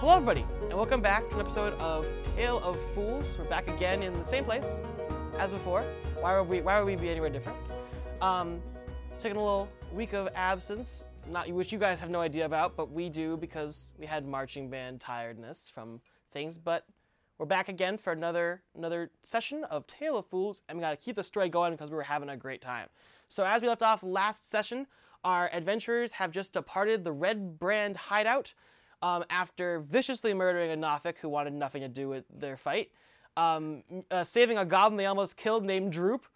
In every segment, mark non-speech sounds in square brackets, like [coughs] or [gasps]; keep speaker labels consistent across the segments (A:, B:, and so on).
A: Hello, everybody, and welcome back to an episode of Tale of Fools. We're back again in the same place as before. Why would we? Why would we be anywhere different? Um, taking a little week of absence, not which you guys have no idea about, but we do because we had marching band tiredness from things. But we're back again for another another session of Tale of Fools, and we gotta keep the story going because we were having a great time. So as we left off last session, our adventurers have just departed the Red Brand hideout um, after viciously murdering a Nothic who wanted nothing to do with their fight, um, uh, saving a goblin they almost killed named Droop,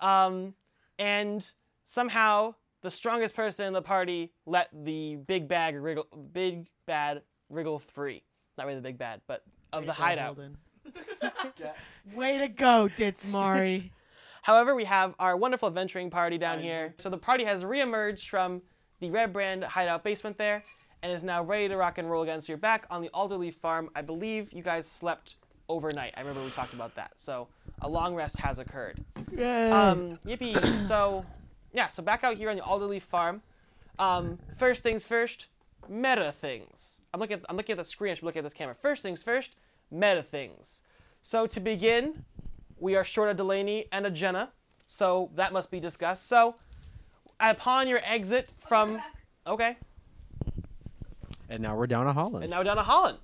A: um, and somehow the strongest person in the party let the big bag wriggle, big bad wriggle free. Not really the big bad, but of the hideout.
B: [laughs] Way to go, [laughs] Ditzmari.
A: However, we have our wonderful adventuring party down here. So the party has reemerged from the Red Brand hideout basement there and is now ready to rock and roll again. So you're back on the Alderleaf farm. I believe you guys slept overnight. I remember we talked about that. So a long rest has occurred.
B: Uh,
A: Um, [clears throat] yippee. so, yeah, so back out here on the Alderleaf farm. Um, first things first, meta things. I'm looking at, I'm looking at the screen, I should be looking at this camera. First things first, meta things. So to begin, we are short a Delaney and a Jenna, so that must be discussed. So, upon your exit from, okay,
C: And now we're down a Holland.
A: and now down to Holland.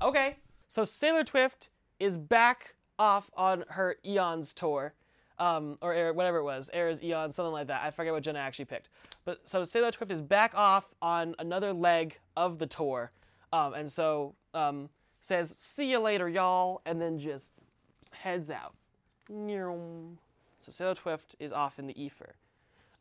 A: Okay, so Sailor Twift is back off on her Eons tour, um, or Air, whatever it was, Era's Eon, something like that. I forget what Jenna actually picked. But so Sailor Twift is back off on another leg of the tour, um, and so um, says, "See you later, y'all," and then just heads out. Nyeom. So Sailor Twift is off in the ether.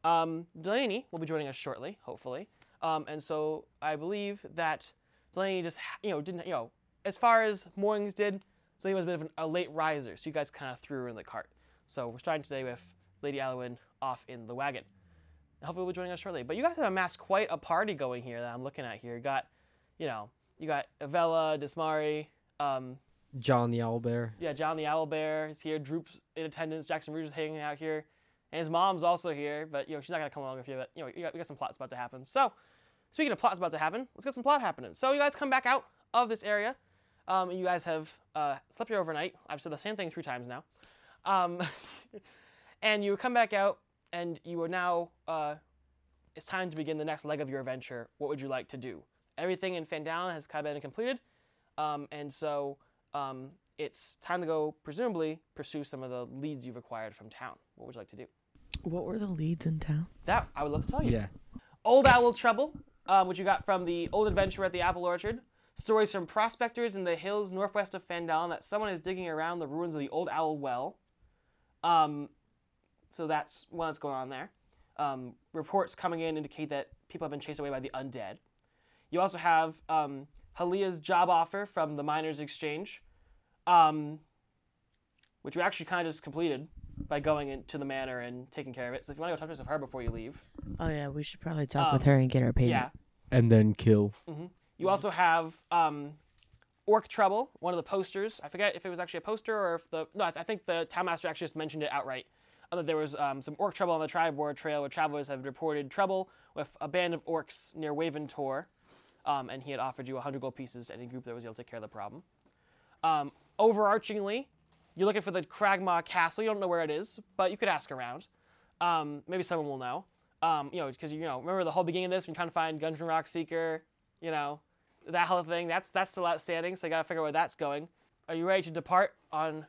A: Um, Delaney will be joining us shortly, hopefully. Um, and so I believe that Delaney just, ha- you know, didn't, you know, as far as mornings did, Delaney was a bit of an, a late riser, so you guys kind of threw her in the cart. So we're starting today with Lady Alwyn off in the wagon. And Hopefully, will be joining us shortly. But you guys have amassed quite a party going here that I'm looking at here. You got, you know, you got Avella, Dismari, um,
C: John the Owl Bear.
A: yeah, John the Owl Bear is here. Droop's in attendance. Jackson Rouge is hanging out here, and his mom's also here. But you know, she's not gonna come along with you. But you know, you got, we got some plots about to happen. So, speaking of plots about to happen, let's get some plot happening. So you guys come back out of this area. Um, you guys have uh, slept here overnight. I've said the same thing three times now. Um, [laughs] and you come back out, and you are now. Uh, it's time to begin the next leg of your adventure. What would you like to do? Everything in Fandown has kind of been completed. Um, and so um, it's time to go, presumably, pursue some of the leads you've acquired from town. What would you like to do?
B: What were the leads in town?
A: That I would love to tell you.
C: Yeah.
A: Old Owl Trouble, um, which you got from the Old Adventure at the Apple Orchard. Stories from prospectors in the hills northwest of Fandalin that someone is digging around the ruins of the Old Owl Well. Um, so that's what's going on there. Um, reports coming in indicate that people have been chased away by the undead. You also have um, Halia's job offer from the Miners Exchange, um, which we actually kind of just completed by going into the manor and taking care of it. So if you want to go talk to her before you leave,
B: Oh yeah, we should probably talk with her and get her
A: yeah.
B: payment.
C: And then kill.
A: You also have um, Orc Trouble, one of the posters. I forget if it was actually a poster or if the no. I, I think the town master actually just mentioned it outright. Uh, That there was um, some orc trouble on the tribe ward trail, where travelers have reported trouble with a band of orcs near Waventor, um, and he had offered you 100 gold pieces to any group that was able to take care of the problem. Um, overarchingly, you're looking for the Kragma Castle. You don't know where it is, but you could ask around. Um, maybe someone will know. Um, you know, because you know, remember the whole beginning of this, when you're trying to find Gundren Rock Seeker. You know, that whole thing. That's that's still outstanding. So I gotta figure out where that's going. Are you ready to depart on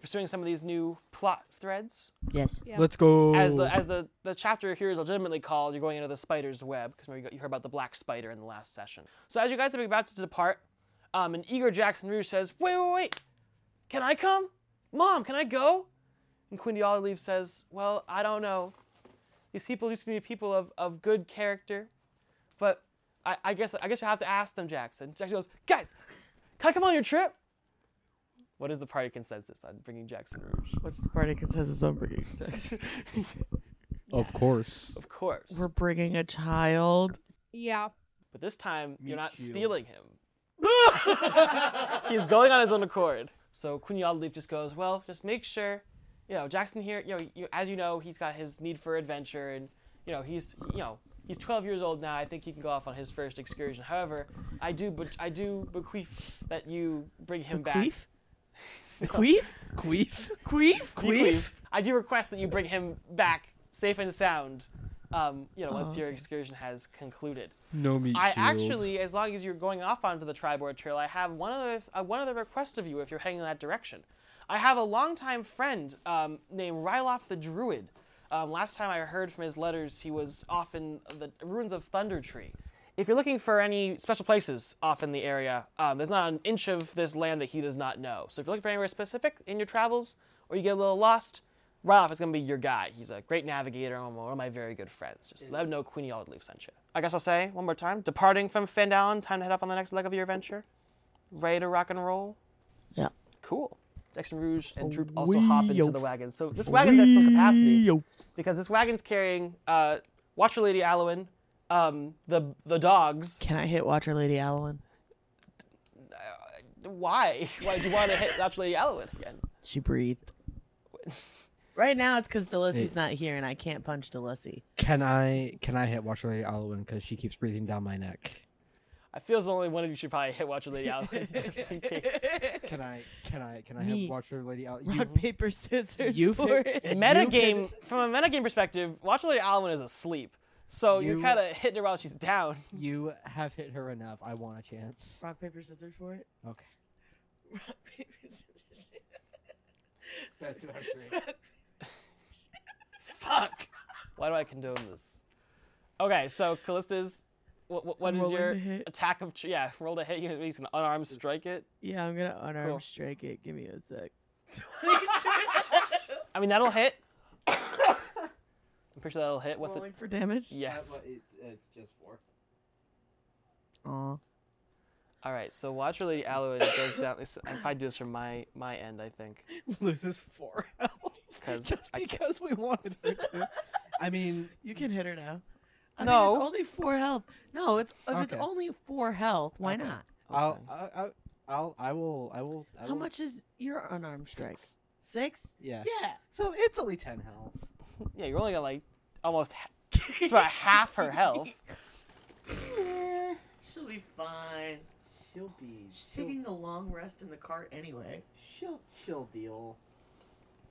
A: pursuing some of these new plot threads?
B: Yes.
C: Let's go.
A: As the as the the chapter here is legitimately called, you're going into the spider's web because remember you, got- you heard about the black spider in the last session. So as you guys are about to depart, um, an eager Jackson Rouge says, "Wait, wait, wait! Can I come? Mom, can I go?" And Quindy Olive says, "Well, I don't know. These people used to be people of, of good character, but I, I guess I guess you have to ask them." Jackson. Jackson goes, "Guys, can I come on your trip?" What is the party consensus on bringing Jackson Rouge?
B: What's the party consensus on bringing?
C: Of course.
A: Of course.
B: We're bringing a child.
D: Yeah.
A: But this time, you're not
C: too.
A: stealing [laughs] him. He's going on his own accord. So Queen Leaf just goes, well, just make sure, you know, Jackson here, you know, you, as you know, he's got his need for adventure, and you know, he's, you know, He's 12 years old now. I think he can go off on his first excursion. However, I do, but I do bequeath that you bring him
B: [laughs] Queef? Queef?
C: Queef.
B: Queef?
A: back. Bequeath. I do request that you bring him back safe and sound. Um, you know, once
B: Oh,
A: your
B: okay.
A: excursion has concluded.
C: No meat
A: I
C: shield.
A: actually, as long as you're going off onto the Tribord Trail, I have one other uh, one other request of you if you're heading in that direction. I have a longtime friend um, named Ryloth the Druid. Um, last time I heard from his letters, he was off in the ruins of Thunder Tree. If you're looking for any special places off in the area, um, there's not an inch of this land that he does not know. So if you're looking for anywhere specific in your travels, or you get a little lost, Ryloth is going to be your guy. He's a great navigator and one of my very good friends. Just let him know Queenie Aldleaf sent you. I guess I'll say one more time departing from Fandalin, time to head off on the next leg of your adventure. Ready to rock and roll?
B: Yeah.
A: Cool. Jackson Rouge and Droop also
B: Wee-yo.
A: hop into the wagon. So this wagon's at some capacity
B: Wee-yo.
A: because this wagon's carrying uh, Watcher Lady Alwyn, um, the, the dogs.
B: Can I hit Watcher Lady Alwyn?
A: Why? Why do you want to hit Watcher Lady Alwyn again?
B: She [laughs] breathed. Right now, it's because Delussi's not here, and I can't punch Delussi.
C: Can I can I hit Watcher Lady Alwyn because she keeps breathing down my neck?
A: I feel as only one of you should probably hit Watcher Lady Alwyn [laughs] just in case.
C: Can I can I can I
B: Me.
C: hit Watcher Lady Alwyn?
B: [laughs] Rock,
C: You-
B: paper, scissors
C: you
B: for
C: pick-
B: [laughs] it.
C: You
A: metagame from a metagame perspective, Watcher Lady Alwyn is asleep. So you, are
C: You-
A: kind of hitting her while she's down.
C: You have hit her enough. I want a chance.
B: Rock, paper, scissors for it. [laughs]
C: Okay.
B: Rock, paper, scissors.
C: That's two out of [laughs] three. [laughs] Fuck.
A: Why do I condone this? Okay, so Callista's. What, what is
B: Rolling
A: your
B: to hit.
A: attack of? tr- Yeah, roll to hit. You can use an unarmed strike it.
B: Yeah, I'm gonna unarmed
A: Cool.
B: strike it. Give me a sec.
A: I mean that'll
C: [coughs]
A: hit. I'm pretty sure that'll hit. What's
B: Rolling for damage.
A: the? Yes.
C: It's, it's just four.
B: Aw.
A: All right. So Watcher Lady Alwyn goes down. If I do this from my my end, I think.
C: [laughs] Loses four health.
A: 'Cause
C: [laughs] just because we wanted her to. [laughs] I mean,
B: You can hit her now. I mean,
A: No.
B: it's only four health. No, it's if it's
C: Okay.
B: only four health, why
C: Okay.
B: not?
C: I'll,
A: Okay.
C: I'll, I'll, I'll, I will, I will. I
B: How
C: will-
B: much is your unarmed strike?
C: Six.
B: Six?
C: Yeah.
B: Yeah.
C: So it's only ten health.
A: Yeah, you're only gonna like almost. Ha- it's about half her health.
B: She'll be fine.
C: She'll be.
B: She's taking a long rest in the cart anyway.
C: She'll, she'll deal.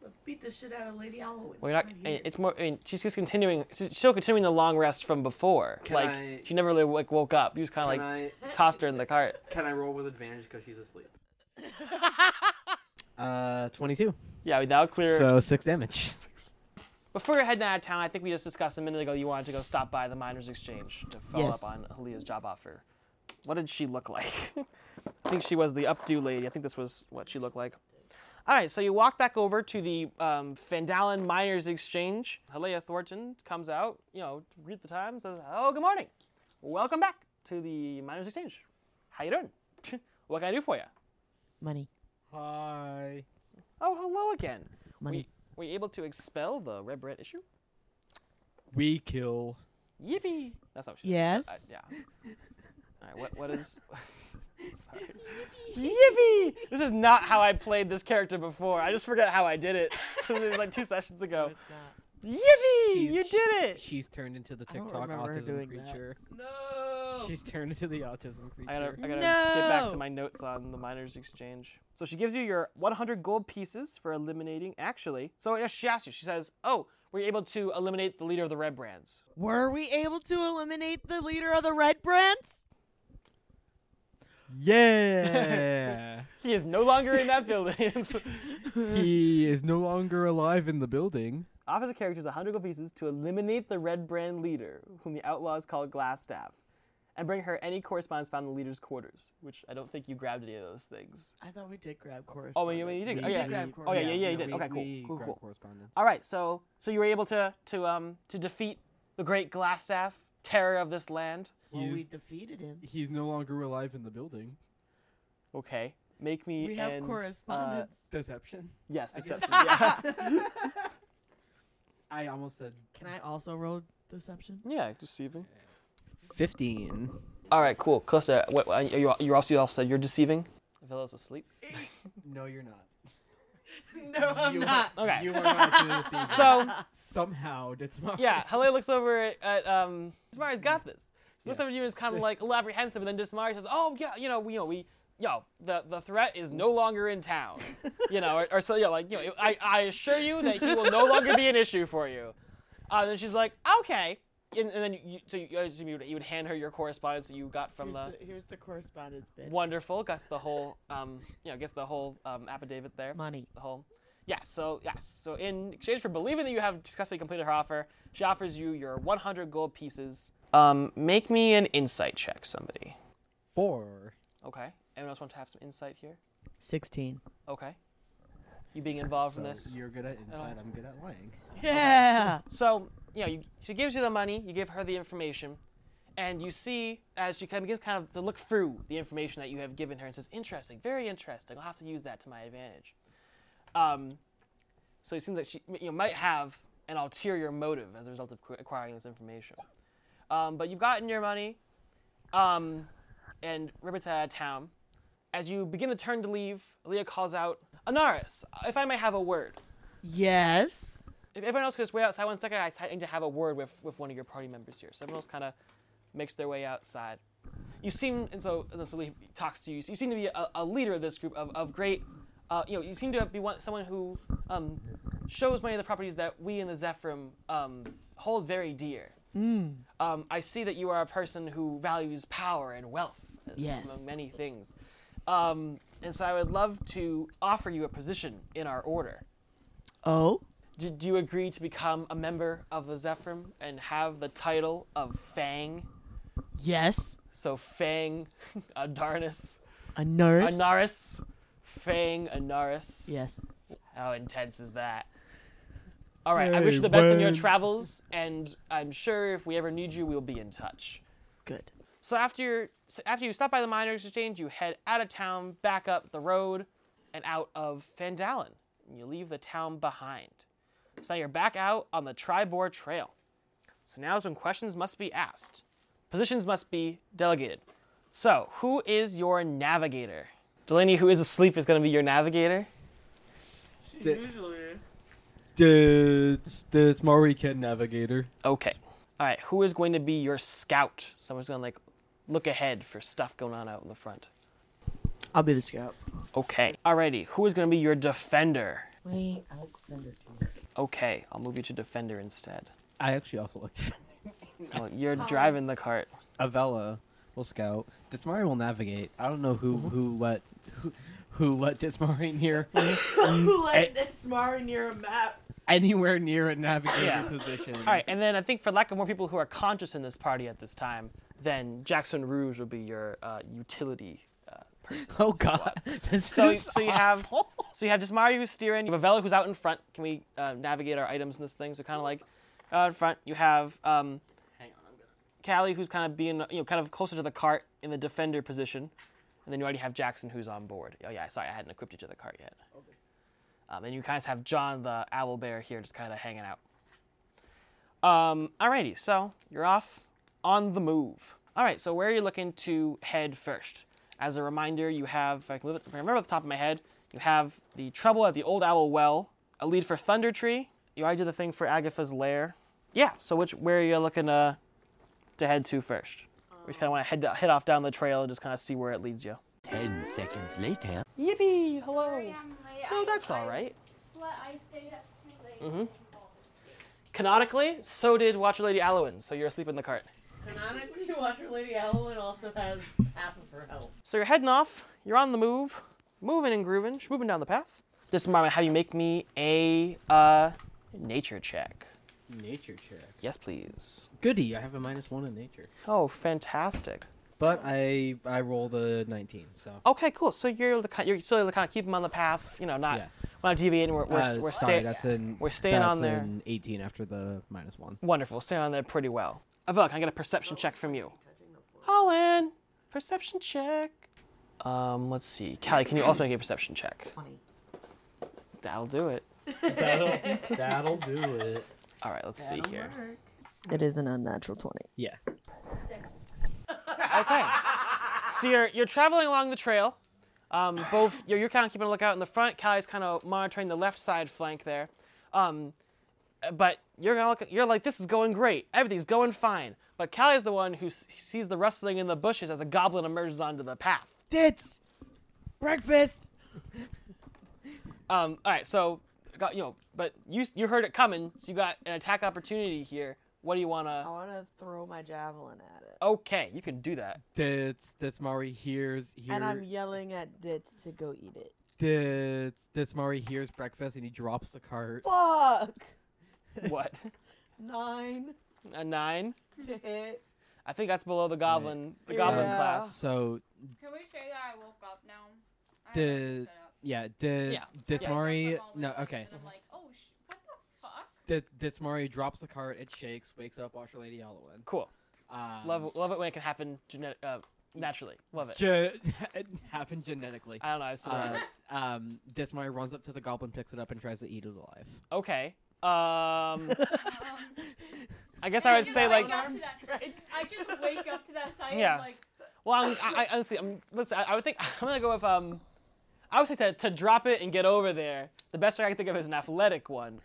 B: Let's beat the shit out of Lady Alwyn.
A: Well, you're not. I- It's more. I mean, she's just continuing. She's still continuing the long rest from before.
C: Can
A: like
C: I-
A: she never really like woke up. You just kind of like
C: I,
A: tossed her in the cart.
C: can I roll with advantage because she's [laughs] asleep? Uh, twenty-two.
A: Yeah, we now clear.
C: So six damage.
A: Before you're heading out of town, I think we just discussed a minute ago you wanted to go stop by the miners' exchange to follow
B: Yes.
A: up on Halia's job offer. What did she look like? [laughs] I think she was the updo lady. I think this was what she looked like. All right, so you walk back over to the um, Fandalin Miners Exchange. Halea Thornton comes out, you know, greet the time, says, "Oh, good morning, welcome back to the Miners Exchange. How you doing? [laughs] what can I do for you?
B: Money.
C: Hi.
A: Oh, hello again.
B: Money.
A: We, were you able to expel the red bread issue?
C: We kill.
A: Yippee! That's not what she
B: Yes.
A: said. I- uh, yeah. All right. What? What [laughs] is? Sorry. Yippee! [laughs] This is not how I played this character before. I just forgot how I did it. [laughs] it was like two sessions ago. Yippee! you
C: She's-
A: did it!
C: She's turned into the
B: I don't
C: TikTok
B: remember her
C: autism
B: doing that.
C: creature.
B: No.
C: She's turned into the autism creature.
A: I gotta, I gotta get back to
B: No.
A: my notes on the miners exchange. So she gives you your 100 gold pieces for eliminating. Actually, so yeah, she asks you. She says, "Oh, were you able to eliminate the leader of the Red Brands?"
B: Were we able to eliminate the leader of the Red Brands?
C: [laughs] Yeah.
A: He is no longer in [laughs] that building.
C: he is no longer alive in the building.
A: Offers a character 100 gold pieces to eliminate the Red Brand leader, whom the outlaws call Glassstaff, and bring her any correspondence found in the leader's quarters, which I don't think you grabbed any of those things.
B: I thought we did grab correspondence.
A: Oh, wait, you- you did- oh,
B: We
A: yeah.
B: did grab
A: Oh, yeah, yeah,
B: correspondence.
A: yeah, you did.
C: we-
A: Okay, cool,
C: we
A: cool,
C: grab
A: cool.
C: Correspondence.
A: All right, so so you were able to to um to defeat the great Glassstaff, terror of this land.
B: Well, we
C: He's-
B: defeated him.
C: He's no longer alive in the building.
A: Okay, make me
B: We have
A: an,
B: correspondence.
C: Deception.
A: Uh, yes,
C: I guess.
B: [laughs]
A: deception. yeah.
C: I almost said
B: Can I also roll deception?
A: [laughs] yeah, deceiving.
C: fifteen.
A: All right, cool. Calista, what, uh, you you also you also said you're deceiving. Villa's asleep.
C: No, you're not.
B: [laughs] No, I'm
C: you
B: not.
A: were- Okay.
C: You were not doing this either.
A: So-
C: somehow did Samari.
A: Yeah, Halle looks over at, at um, Dismari's got this. So looks
C: Yeah.
A: over at you and is kind of like a little apprehensive, and then Dismari says, "Oh yeah, you know, we, you know, we, yo, the the threat is no longer in
B: [laughs]
A: town, you know, or, or so, you know, like, you know, I, I assure you that he will
B: [laughs]
A: no longer be an issue for you." Uh, and she's like, "Okay," and, and then you, so you, I assume you would, you would hand her your correspondence that you got from
B: Here's
A: the,
B: the, here's the correspondence, bitch.
A: wonderful, gets the whole, um, you know, gets the whole um, affidavit there
B: money.
A: the whole. Yes, so yes, so in exchange for believing that you have successfully completed her offer, she offers you your 100 gold pieces. Um, make me an insight check, somebody.
C: Four.
A: Okay. Anyone else want to have some insight here?
B: Sixteen.
A: Okay. You being involved
C: So
A: in this.
C: you're good at inside. I'm good at lying.
B: Yeah.
A: So, you know, you, she gives you the money, you give her the information, and you see as she kind of begins kind of to look through the information that you have given her and says, interesting, very interesting. I'll have to use that to my advantage. Um, so it seems like she you know, might have an ulterior motive as a result of acqu- acquiring this information. Um, but you've gotten your money, um, and Ribbit's out of town. As you begin to turn to leave, Leah calls out, Anaris, if I may have a word.
B: Yes.
A: If everyone else could just wait outside one second, I I need to have a word with, with one of your party members here. So everyone else kind of makes their way outside. You seem, and so and so Lee talks to you. So you seem to be a, a leader of this group of, of great, uh, you know, you seem to be one, someone who um, shows many of the properties that we in the Zephyrim um, hold very dear. Um, I see that you are a person who values power and wealth,
B: Yes.
A: among many things. Um, and so I would love to offer you a position in our order.
B: Oh.
A: Do, do you agree to become a member of the Zephyrim and have the title of Fang?
B: Yes.
A: So Fang [laughs] Adarnis.
B: A nurse.
A: Anaris. Fang Anaris.
B: Yes.
A: How intense is that? All right, I wish you the best in your travels, and I'm sure if we ever need you, we'll be in touch.
B: Good.
A: So after you after you stop by the miners exchange, you head out of town, back up the road, and out of Fandalen. And you leave the town behind. So now you're back out on the Tribor Trail. So now is when questions must be asked. Positions must be delegated. So who is your navigator? Delaney, who is asleep, is going to be your navigator.
C: Di-
D: Usually.
C: It's it's Marika Navigator.
A: Okay. All right. Who is going to be your scout? Someone's going to like look ahead for stuff going on out in the front.
B: I'll be the scout.
A: Okay. Alrighty. Who is going to be your defender?
E: Wait, I like Thunder
B: [laughs]
E: too.
A: Okay, I'll move you to defender instead.
C: I actually also like
A: [laughs] Well, you're driving the cart.
C: Avella will scout. Dismari will navigate. I don't know who who let who, who let Dismari near [laughs]
B: Who
C: let
B: Smar near a map?
C: anywhere near a navigator
A: Yeah.
C: position.
A: All right, and then I think for lack of more people who are conscious in this party at this time, then Jackson Rouge will be your uh, utility uh, person.
C: [laughs] Oh god. This
A: [laughs] So,
C: is
A: so you
C: [laughs]
A: have
C: awful.
A: so you have Desmario who's steering, you have Avella who's out in front. Can we uh, navigate our items in this thing? So kind of like uh, out in front, you have um,
C: Hang on, I'm gonna
A: Callie who's kind of being you know kind of closer to the cart in the defender position, and then you already have Jackson who's on board. Oh yeah, sorry, I hadn't equipped you to the cart yet. Um, and you guys have John the owl bear here just kind of hanging out. Um, alrighty, so you're off on the move. All right, so where are you looking to head first? As a reminder, you have, if I, can, if I remember off the top of my head, you have the trouble at the Old Owl Well, a lead for Thunder Tree. You already did the thing for Agatha's Lair. Yeah, so which where are you looking to, to head to first? We just kind of want to head, head off down the trail and just kind of see where it leads you.
F: Ten seconds later.
A: Yippee! Hello!
D: Sorry, I'm late.
A: No,
D: I-
A: that's
D: I
A: all right.
D: sle- I stayed up too late.
A: Mhm.
D: and bothered.
A: Canonically, so did Watcher Lady Alowin, so you're asleep in the cart.
B: Canonically, Watcher Lady Halloween also has half of her health.
A: So you're heading off, you're on the move, moving and grooving, sh- moving down the path. This is Marma, how you make me a uh, nature check.
C: Nature check.
A: Yes, please.
C: Goody, I have a minus one in nature.
A: Oh, fantastic.
C: But I I rolled a nineteen, so
A: Okay, cool. So you're the kind, you're still the kind of keep them on the path, you know, not
C: Yeah.
A: we're not deviating. We're we're,
C: Uh,
A: we're
C: sorry,
A: staying.
C: that's an
A: we're staying on
C: that's
A: there.
C: an eighteen after the minus one.
A: Wonderful, staying on there pretty well. Avok, I get a perception check from you. Holland, perception check. Um, let's see. Callie, can you also make a perception check?
E: Twenty.
A: That'll do it. [laughs]
C: [laughs] That'll, that'll do it.
A: All right, let's see here.
B: It is an unnatural twenty.
C: Yeah.
D: Six.
A: Okay. So you're you're traveling along the trail. Um, both you're, you're kind of keeping a lookout in the front. Callie's kind of monitoring the left side flank there. Um, uh, but you're gonna look, you're like this is going great. Everything's going fine. But Callie's the one who s- sees the rustling in the bushes as a goblin emerges onto the path.
B: Tits. Breakfast.
A: Um, all right, so got you know, but you s- you heard it coming, so you got an attack opportunity here. What do you
B: I
A: wanna?
B: want to throw my javelin at it.
A: Okay, you can do that.
C: That's that's Mari hears hears
B: And I'm yelling at Ditz to go eat it.
C: that's that's Mari hears breakfast and he drops the cart.
B: Fuck!
C: [laughs]
A: What?
B: Nine
A: a nine?
B: to
D: [laughs]
B: hit.
A: I think that's below the goblin the goblin
B: Yeah.
A: class.
C: So
D: Can we say that I woke up now? I have
C: Did-
D: everything set up.
C: yeah, the
A: Yeah.
C: that's
D: I woke up
C: Mari
D: from all the
C: no
D: dreams
C: okay.
D: and I'm like, oh, sh- what the fuck?
C: That that's Mari drops the cart. It shakes, wakes up, Watcher Lady Alwyn.
A: Cool.
C: Um,
A: Love love it when it can happen genet- uh, naturally. Love it.
C: Ge- [laughs] it happened genetically.
A: I don't know. I've seen
C: Uh,
A: [laughs] it.
C: um, Desmari runs up to the goblin, picks it up, and tries to eat it alive.
A: Okay. Um,
D: Um,
A: I guess
D: And
A: I
D: I
A: would
D: just
A: say
D: wake
A: like,
D: up.
B: [laughs]
D: to that. I just wake up to that sight
A: Yeah.
D: and like,
A: well, I'm, I, I honestly, I'm, listen, I, I would think [laughs] I'm gonna go with um, I would think that to drop it and get over there. The best way I can think of is an athletic one,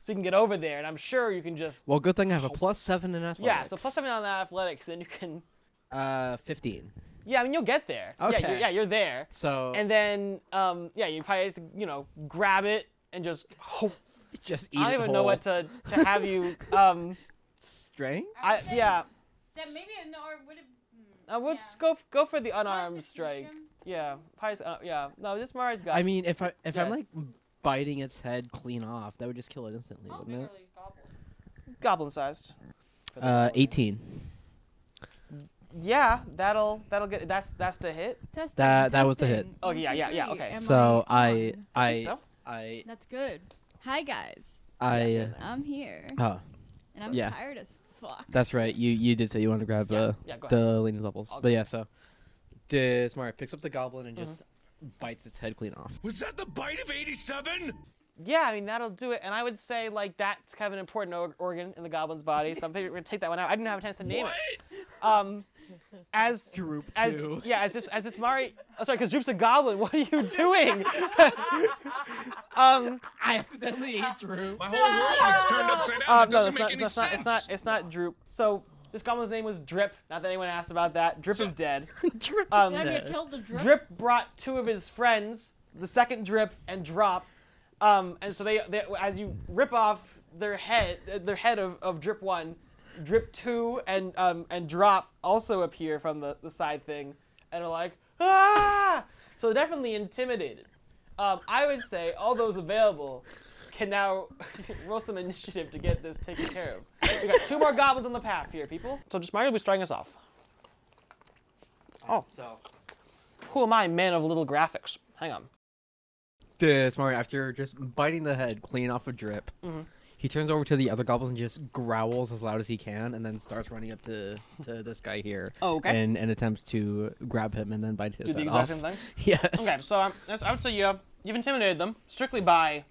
A: so you can get over there, and I'm sure you can just
C: Well, good thing I have a plus seven in athletics.
A: yeah. So plus something on the athletics, then you can
C: Uh, fifteen.
A: yeah. I mean, you'll get there. Yeah, you're,
C: Okay.
A: yeah, you're there.
C: So
A: And then um, yeah, you probably just, you know grab it and just. [laughs]
C: just eat
A: I don't
C: it
A: even know what
C: whole.
A: to, to have you. Um,
C: strength.
D: [laughs] I,
A: I
D: would say
A: yeah.
D: That maybe an or would have. Hmm,
A: Uh, we'll
D: yeah.
A: just go go for the unarmed strike.
D: Constitution?
A: Yeah, Pi's, uh, yeah. No, this Mara's got.
C: I mean, if I if I'm
A: Yeah.
C: like biting its head clean off, that would just kill it instantly,
D: I'll
C: wouldn't
D: bigger
C: it?
D: league goblin.
A: goblin sized.
C: Uh, eighteen.
A: Yeah, that'll that'll get. That's that's the hit.
G: Testing,
C: That- that was the hit.
G: testing.
A: Oh,
G: One,
A: yeah,
G: two,
A: yeah, yeah,
G: three.
A: okay.
G: Am
C: So I
G: on?
C: I
A: think so.
C: I
G: That's good. Hi guys,
C: I.
G: I'm here
C: Oh,
G: and I'm
C: Yeah.
G: tired as fuck.
C: that's right. You you did say you wanted to grab
A: Yeah,
C: uh,
A: yeah, go ahead.
C: the leaning levels,
A: I'll
C: but
A: go. Mm-hmm.
C: yeah. So, Desmari picks up the goblin and just bites its head clean off.
H: Was that the bite of 87?
A: Yeah, I mean that'll do it. And I would say like that's kind of an important or- organ in the goblin's body. So I'm thinking we're gonna take that one out. I didn't have a chance to name
H: What?
A: it. Um, as
C: [laughs] Droop
A: as yeah, as just as this Mari. Oh, sorry, because Droop's a goblin. What are you
C: [laughs]
A: doing? [laughs] um,
C: I accidentally ate
A: [laughs]
C: Droop.
H: My whole world is turned upside
C: Oh,
H: down.
A: Um,
H: It doesn't
A: no, that's not,
H: make any
A: that's not,
H: sense.
A: it's not, it's not Droop. So this goblin's name was Drip. Not that anyone asked about that. Drip
H: [laughs]
A: is dead.
C: Droop.
A: Um,
D: Did I
C: No.
D: get killed the drip?
A: Drip brought two of his friends, the second Drip and Drop, um, and so they, they, as you rip off their head, their head of, of Drip One, Drip Two and um, and Drop also appear from the, the side thing, and are like ah, so they're definitely intimidated. Um, I would say all those available can now [laughs] roll some initiative to get this taken care of. We got two more goblins on the path here, people. So just Mario will be starting us off.
C: So.
A: Who am I, man of little graphics? Hang on.
C: Desmari, after just biting the head clean off a drip,
A: Mm-hmm.
C: he turns over to the other goblins and just growls as loud as he can, and then starts running up to, to this guy here.
A: Oh, okay.
C: And and attempts to grab him and then bite his
A: Do the
C: head
A: exact
C: off.
A: same thing?
C: [laughs] Yes.
A: Okay, so um, that's- I would say you, uh, you've intimidated them strictly by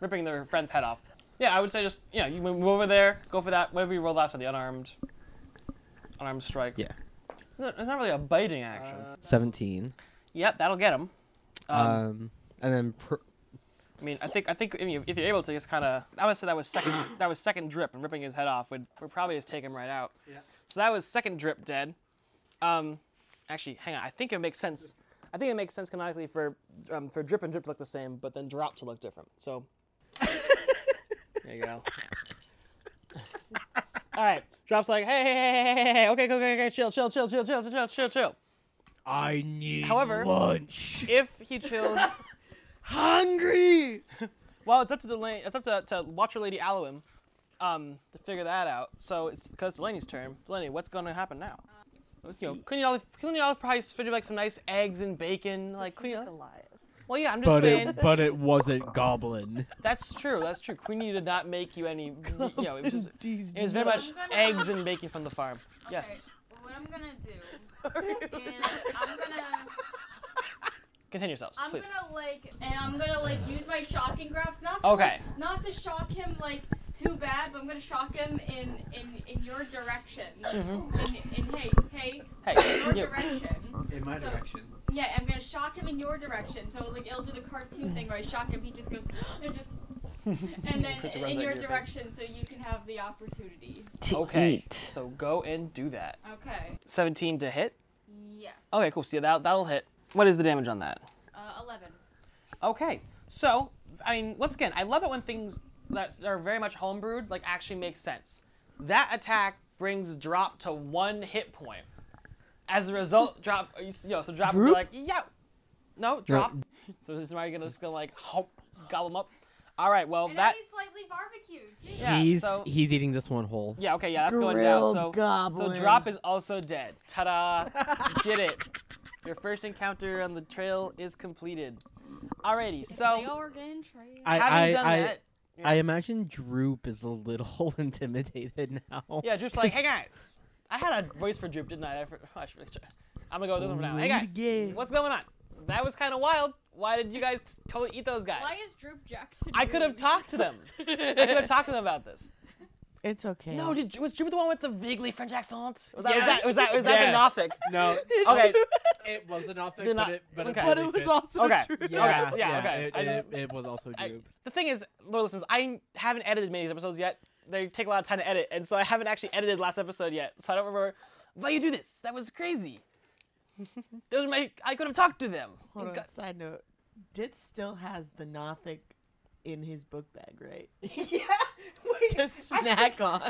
A: ripping their friend's head off. Yeah, I would say just, you know, you move over there, go for that, whatever you rolled last time, the unarmed unarmed strike.
C: Yeah.
A: No, It's not really a biting action.
C: Uh. Seventeen.
A: yep, that'll get him.
C: Um,
A: Um,
C: and then per-
A: I mean, I think I think I mean, if you're able to just kind of, I would say that was second that was second drip and ripping his head off would, would probably just take him right out. Yeah. So that was second drip dead. Um, actually, hang on. I think it makes sense. I think it makes sense canonically for um, for drip and drip to look the same, but then drop to look different. So there you go. [laughs] All right. Drop's like, hey, hey, hey, hey, hey, hey, hey, okay, okay, okay, okay, chill, chill, chill, chill, chill, chill, chill, chill.
C: I need
A: However-
C: lunch.
A: If he chills.
C: Hungry.
A: Well, it's up to Delaney. It's up to, to Watcher Lady Alowim, um, to figure that out. So it's because Delaney's turn. Delaney, what's going to happen now?
D: Um,
A: Let's, you know, couldn't y'all, couldn't y'all probably figure like some nice eggs and bacon? Like, couldn't
B: He's a
A: y'all,
B: Goliath.
A: well, yeah, I'm just
C: But
A: saying.
C: it but it wasn't goblin.
A: that's true. That's true. Queenie did not make you
D: [laughs]
A: any. You know, it was
B: [laughs]
A: just.
C: These
A: It was very much
D: nuts.
A: eggs and bacon from the farm. Yes.
D: What I'm gonna [laughs] do is I'm gonna
A: Continue yourselves,
D: I'm
A: please.
D: gonna like and I'm gonna like use my shocking grabs not to,
A: Okay.
D: like, not to shock him like too bad, but I'm gonna shock him in in, in your
A: [laughs]
D: direction. In, in hey hey
A: Mm-hmm. Hey, you.
D: your
A: [coughs]
D: direction.
C: in my
D: So-
C: direction.
D: Yeah, I'm gonna shock him in your direction. So like it'll do the cartoon thing where I shock him, he just goes [gasps] and just
A: [laughs]
D: and then
A: Chris runs
D: in
A: at
D: your
A: your face.
D: direction so you can have the opportunity.
B: [laughs] To
A: okay.
B: eat.
A: So go and do that.
D: Okay.
A: 17 to hit.
D: Yes.
A: Okay, cool. See, that, that'll hit. What is the damage on that?
D: Uh, Eleven.
A: Okay, so I mean, once again, I love it when things that are very much homebrewed like actually make sense. That attack brings drop to one hit point. As a [gasps] result, drop you s- yo so drop would be
B: Droop?
A: like yeah, no drop. So is Mario gonna just gonna like hop gobble him up? All right, well
D: And
A: that
D: he's slightly barbecued. too.
A: yeah
C: he's
A: so
C: he's eating this one whole.
A: yeah okay yeah that's going down.
B: Grilled
A: So
B: goblin.
A: so
D: [laughs]
A: drop is also dead. Ta da! [laughs] Get it. Your first encounter on the trail is completed. Alrighty, so
G: The organ trade.
C: I
A: having
C: I,
A: done
C: I,
A: that.
C: I imagine Droop is a little [laughs] intimidated now.
A: Yeah, Droop's like, hey
C: [laughs]
A: guys, I had a voice for Droop, didn't I? I for- [laughs] I should really check. I'm gonna go with this one for now. Hey
B: Ooh,
A: guys,
B: yeah.
A: what's going on? That was kind of wild. Why did you guys totally eat those guys?
D: Why is Droop Jackson?
A: I could have
D: rude?
A: talked to them. I could have talked to them about
C: [laughs]
A: this.
B: It's okay.
A: No, did, was Droop the one with the vaguely French accent? Was that
C: Yes.
A: was that was that, was that the
C: Yes.
A: Gothic?
C: No,
A: Okay,
C: it wasn't off
A: Did but not- it- [laughs] but it okay.
B: but it was also
A: okay,
B: true.
A: okay, yeah, okay.
C: It,
A: I just-
C: it- it was also
A: I-
C: Droop.
A: the thing is, Lord listens, I haven't edited many of these episodes yet. They take a lot of time to edit, and so I haven't actually edited last episode yet. So I don't remember why you do this. That was
B: [laughs]
A: crazy. Those are my. I could have talked to them.
B: Hold
A: God-
B: on, side note. Dit still has the Nothic in his book bag, right?
A: [laughs]
B: [laughs]
A: yeah. Wait.
B: to snack on.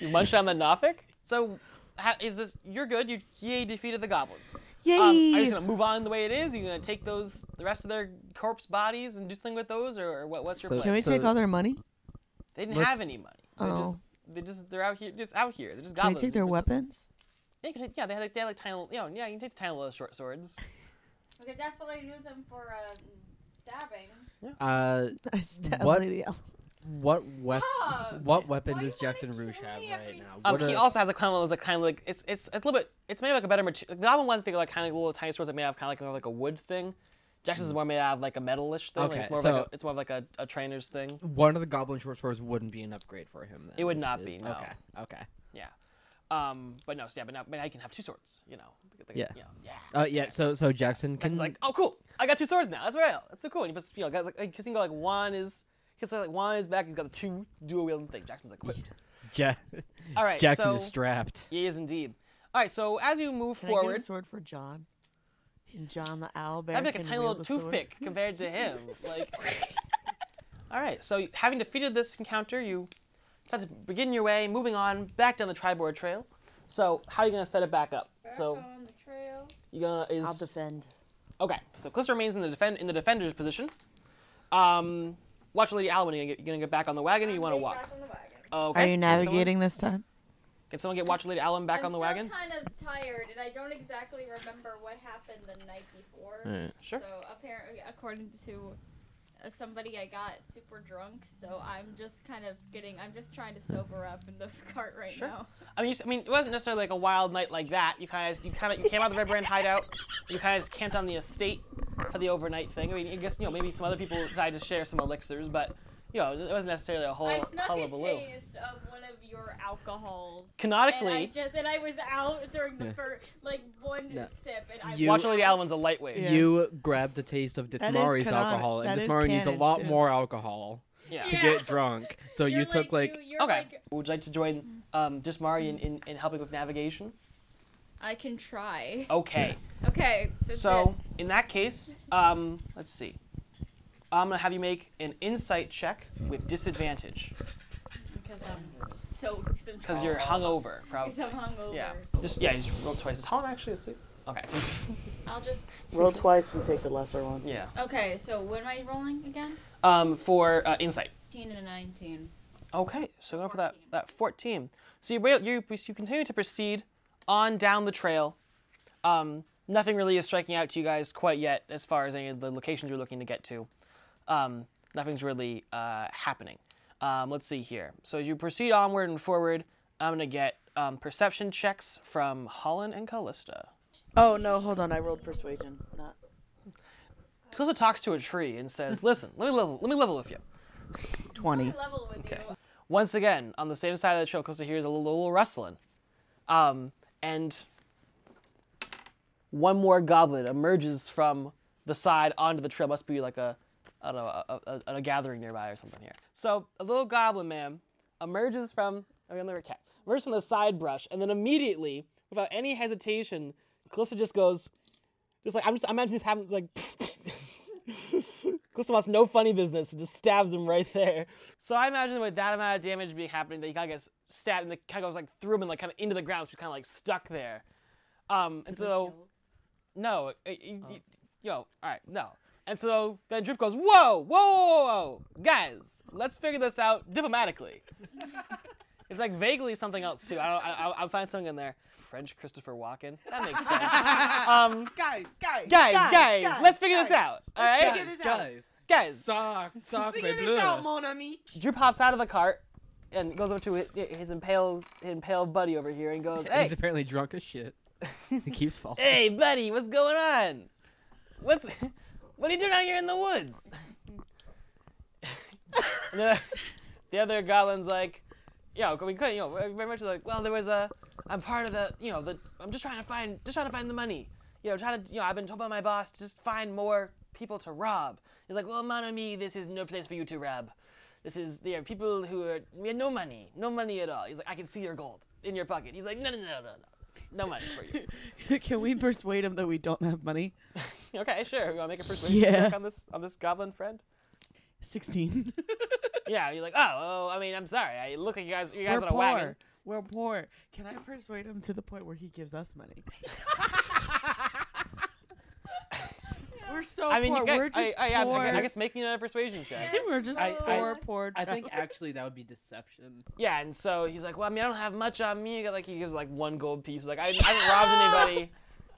A: You munched on the Nothic? So, ha- is this. You're good. You yay defeated the goblins.
B: Yay!
A: Um, are you just going to move on the way it is? Are you going to take those, the rest of their corpse bodies and do something with those? Or, or what, what's your
C: So-
A: plan?
B: Can we
C: So-
B: take all their money?
A: They didn't
C: let's-
A: have any money. They
B: Oh.
A: just. They just they're out here just out here. They're just
B: Can we
A: goblins.
B: take their
A: Just-
B: weapons?
A: Yeah, you can take- yeah, they had like, they had like tiny, little- you know, yeah, you can take the tiny little short swords.
D: We could definitely use him for uh, stabbing.
C: Uh,
B: I stab
C: What?
B: Lady L.
C: what weapon?
D: Stop!
C: What weapon
D: Why
C: does
D: do you wanna
C: Jackson Rouge
D: kill
C: have
D: me
C: right
D: every
C: now?
A: Um,
C: What
A: he
C: a-
A: also has a kind of those like kind of like it's it's a little bit it's made of like a better material. The goblin ones they like kind of little tiny swords like made out of kind of like more like a wood thing. Jackson's is more made out of like a metalish thing. like,
C: Mm. Okay,
A: it's more of like
C: so-
A: a, it's more of like a, a trainer's thing.
C: one of the goblin short swords wouldn't be an upgrade for him. Then.
A: It would
C: This
A: not
C: is-
A: be, no.
C: Okay. Okay.
A: Yeah. Um, but no, so yeah, but now, but now you can have two swords. You know. Like, like,
C: Yeah.
A: You know, yeah.
C: Uh, yeah. So so Jackson can
A: Jackson's like, oh cool, I got two swords now. That's right. That's so cool. And he puts you know, got, like, cause he can go like one is. He's like one is back. He's got the two dual wielding thing. Jackson's equipped.
C: [laughs] Ja-
A: All right.
C: Jackson
A: so,
C: is strapped.
A: He is indeed. All right, so as you move
B: Can I
A: forward,
B: get a sword for John? And John the owl bear.
A: that'd be like a
B: can
A: tiny
B: wield
A: little
B: the sword? [laughs]
A: toothpick compared to him. Like, [laughs] all right, so having defeated this encounter, you decide to begin your way, moving on back down the Tribord Trail. So how are you gonna set it back up?
D: Back
A: So
D: on the trail.
A: you gonna is
B: I'll defend.
A: okay. So Cliss remains in the defend in the defender's position. Um, watch Lady Alwyn. You gonna get, you gonna get back on the wagon, or you want to
D: Getting
A: walk?
D: Back on the wagon.
A: Okay.
B: Are you
A: Can someone-
B: navigating this time?
A: Can someone, get Watch Lady Alwyn back
D: I'm
A: on the
D: still
A: wagon?
D: kind of tired, and I don't exactly remember what happened the night before.
C: Alright.
A: Hmm, Sure.
D: So apparently, according to uh, somebody, I got super drunk, so I'm just kind of getting. I'm just trying to sober up in the [laughs] cart right
A: Sure.
D: now.
A: I mean, you, s- I mean, it wasn't necessarily like a wild night like that. You kind of, you kind of, you came out of the Red Brand hideout. You kind of just camped on the estate for the overnight thing. I mean, I guess you know maybe some other people decided to share some elixirs, but you know, it wasn't necessarily a
D: I
A: whole
D: snuck a
A: hullabaloo.
D: taste of one of your alcohols. And I
A: Canonically,
D: just and I was out during the
C: Yeah.
D: first like one
C: No.
D: sip, and I
C: You-
A: Watch
D: was
A: Lady
D: out.
A: Alwyn's a lightweight.
B: Yeah.
C: You grabbed a taste of
B: That is
C: Ditmari's
B: canon-
C: alcohol, and
B: that is
C: Ditmari needs a
B: canon,
C: lot
B: too.
C: more alcohol
A: Yeah.
C: to
D: Yeah.
C: get drunk. So
D: You're
C: you took like,
D: you- you're
A: Okay.
D: like,
A: Would you like to join um, Dismari in, in, in helping with navigation?
D: I can try.
A: Okay.
D: Okay, so,
A: Oh. So
D: this.
A: in that case, um, let's see. I'm gonna have you make an insight check with disadvantage
D: because I'm so
A: because
D: Oh.
A: you're hungover,
D: Because
A: probably.
D: I'm hungover.
A: Yeah. Just yeah, he's rolled twice. Is Holland actually asleep? Okay.
D: I'll just.
B: Roll twice and take the lesser one.
A: [laughs] yeah.
D: Okay, so when am I rolling again?
A: [laughs] Um, for uh, insight.
D: 18 and a 19.
A: Okay, so going for that
D: 14.
A: that fourteen. So you rail- you you continue to proceed on down the trail. Um, nothing really is striking out to you guys quite yet, as far as any of the locations you're looking to get to. Um, nothing's really uh, happening. Um, let's see here. So as you proceed onward and forward, I'm gonna get um, perception checks from Holland and Callista.
B: Oh no, hold on. I rolled persuasion. Not.
A: Callista talks to a tree and says, "Listen, let me level let me level with you."
B: 20.
D: I level with you.
A: once again on the same side of the trail, Costa hears a little, little rustling, um, and one more goblin emerges from the side onto the trail. Must be like a, I don't know, a, a, a, a gathering nearby or something here. So a little goblin man emerges from, I mean, cat, emerges from the side brush, and then immediately, without any hesitation, Calista just goes, just like I'm just, I imagine just having like. [laughs] Calista wants no funny business and just stabs him right there. So I imagine with that amount of damage being happening, that he kind of gets stabbed and the kind of goes like through him and like kind of into the ground, so he's kind of like stuck there. Um, and so, no, it, it- it- yo, all right, no. And so then Drip goes, whoa, whoa, whoa, whoa, guys, let's figure this out diplomatically. it's like vaguely something else too. I don't, I, I'll, I'll find something in there. French Christopher Walken. That makes sense. um,
B: Guys, guys,
A: guys, guys, let's figure this out. All right,
B: figure this out.
C: Guys,
A: guys.
C: sock, sock,
B: Figure
C: my
B: this
C: blue.
B: out, mon ami. [laughs]
A: Drew pops out of the cart and goes over to his, his impaled his impaled buddy over here and goes, "Hey,
C: He's apparently drunk as shit. he keeps falling. [laughs]
A: hey, buddy, what's going on? What's what are you doing out here in the woods?" [laughs] And the, the other goblin's like, "Yo, we couldn't. You know, very much like, well, there was a. I'm part of the. You know, the. I'm just trying to find. Just trying to find the money. You know, trying to. You know, I've been told by my boss to just find more people to rob. He's like, well, mon ami, this is no place for you to rob." This is there are people who are we have no money, no money at all. He's like, I can see your gold in your pocket. He's like, no, no, no, no, no, no money for you.
I: Can we persuade him that we don't have money?
A: okay, sure. You want to make a persuasion
I: Yeah.
A: check on this on this goblin friend?
B: [laughs]
I: 16.
A: Yeah. You're like, oh, well, I mean, I'm sorry. I look like you guys, you guys
I: We're
A: on a
I: poor.
A: wagon.
I: We're poor. Can I persuade him to the point where he gives us [laughs] money? We're so
A: I mean,
I: poor.
A: you guys,
I: We're just
A: I, I, I,
I: poor.
A: I, guess make me another persuasion check.
I: We're just
C: I- I-
I: poor, poor.
C: I think actually that would be deception.
A: Yeah, and so he's like, well, I mean, I don't have much on me. Like he gives like one gold piece. Like I, I haven't robbed anybody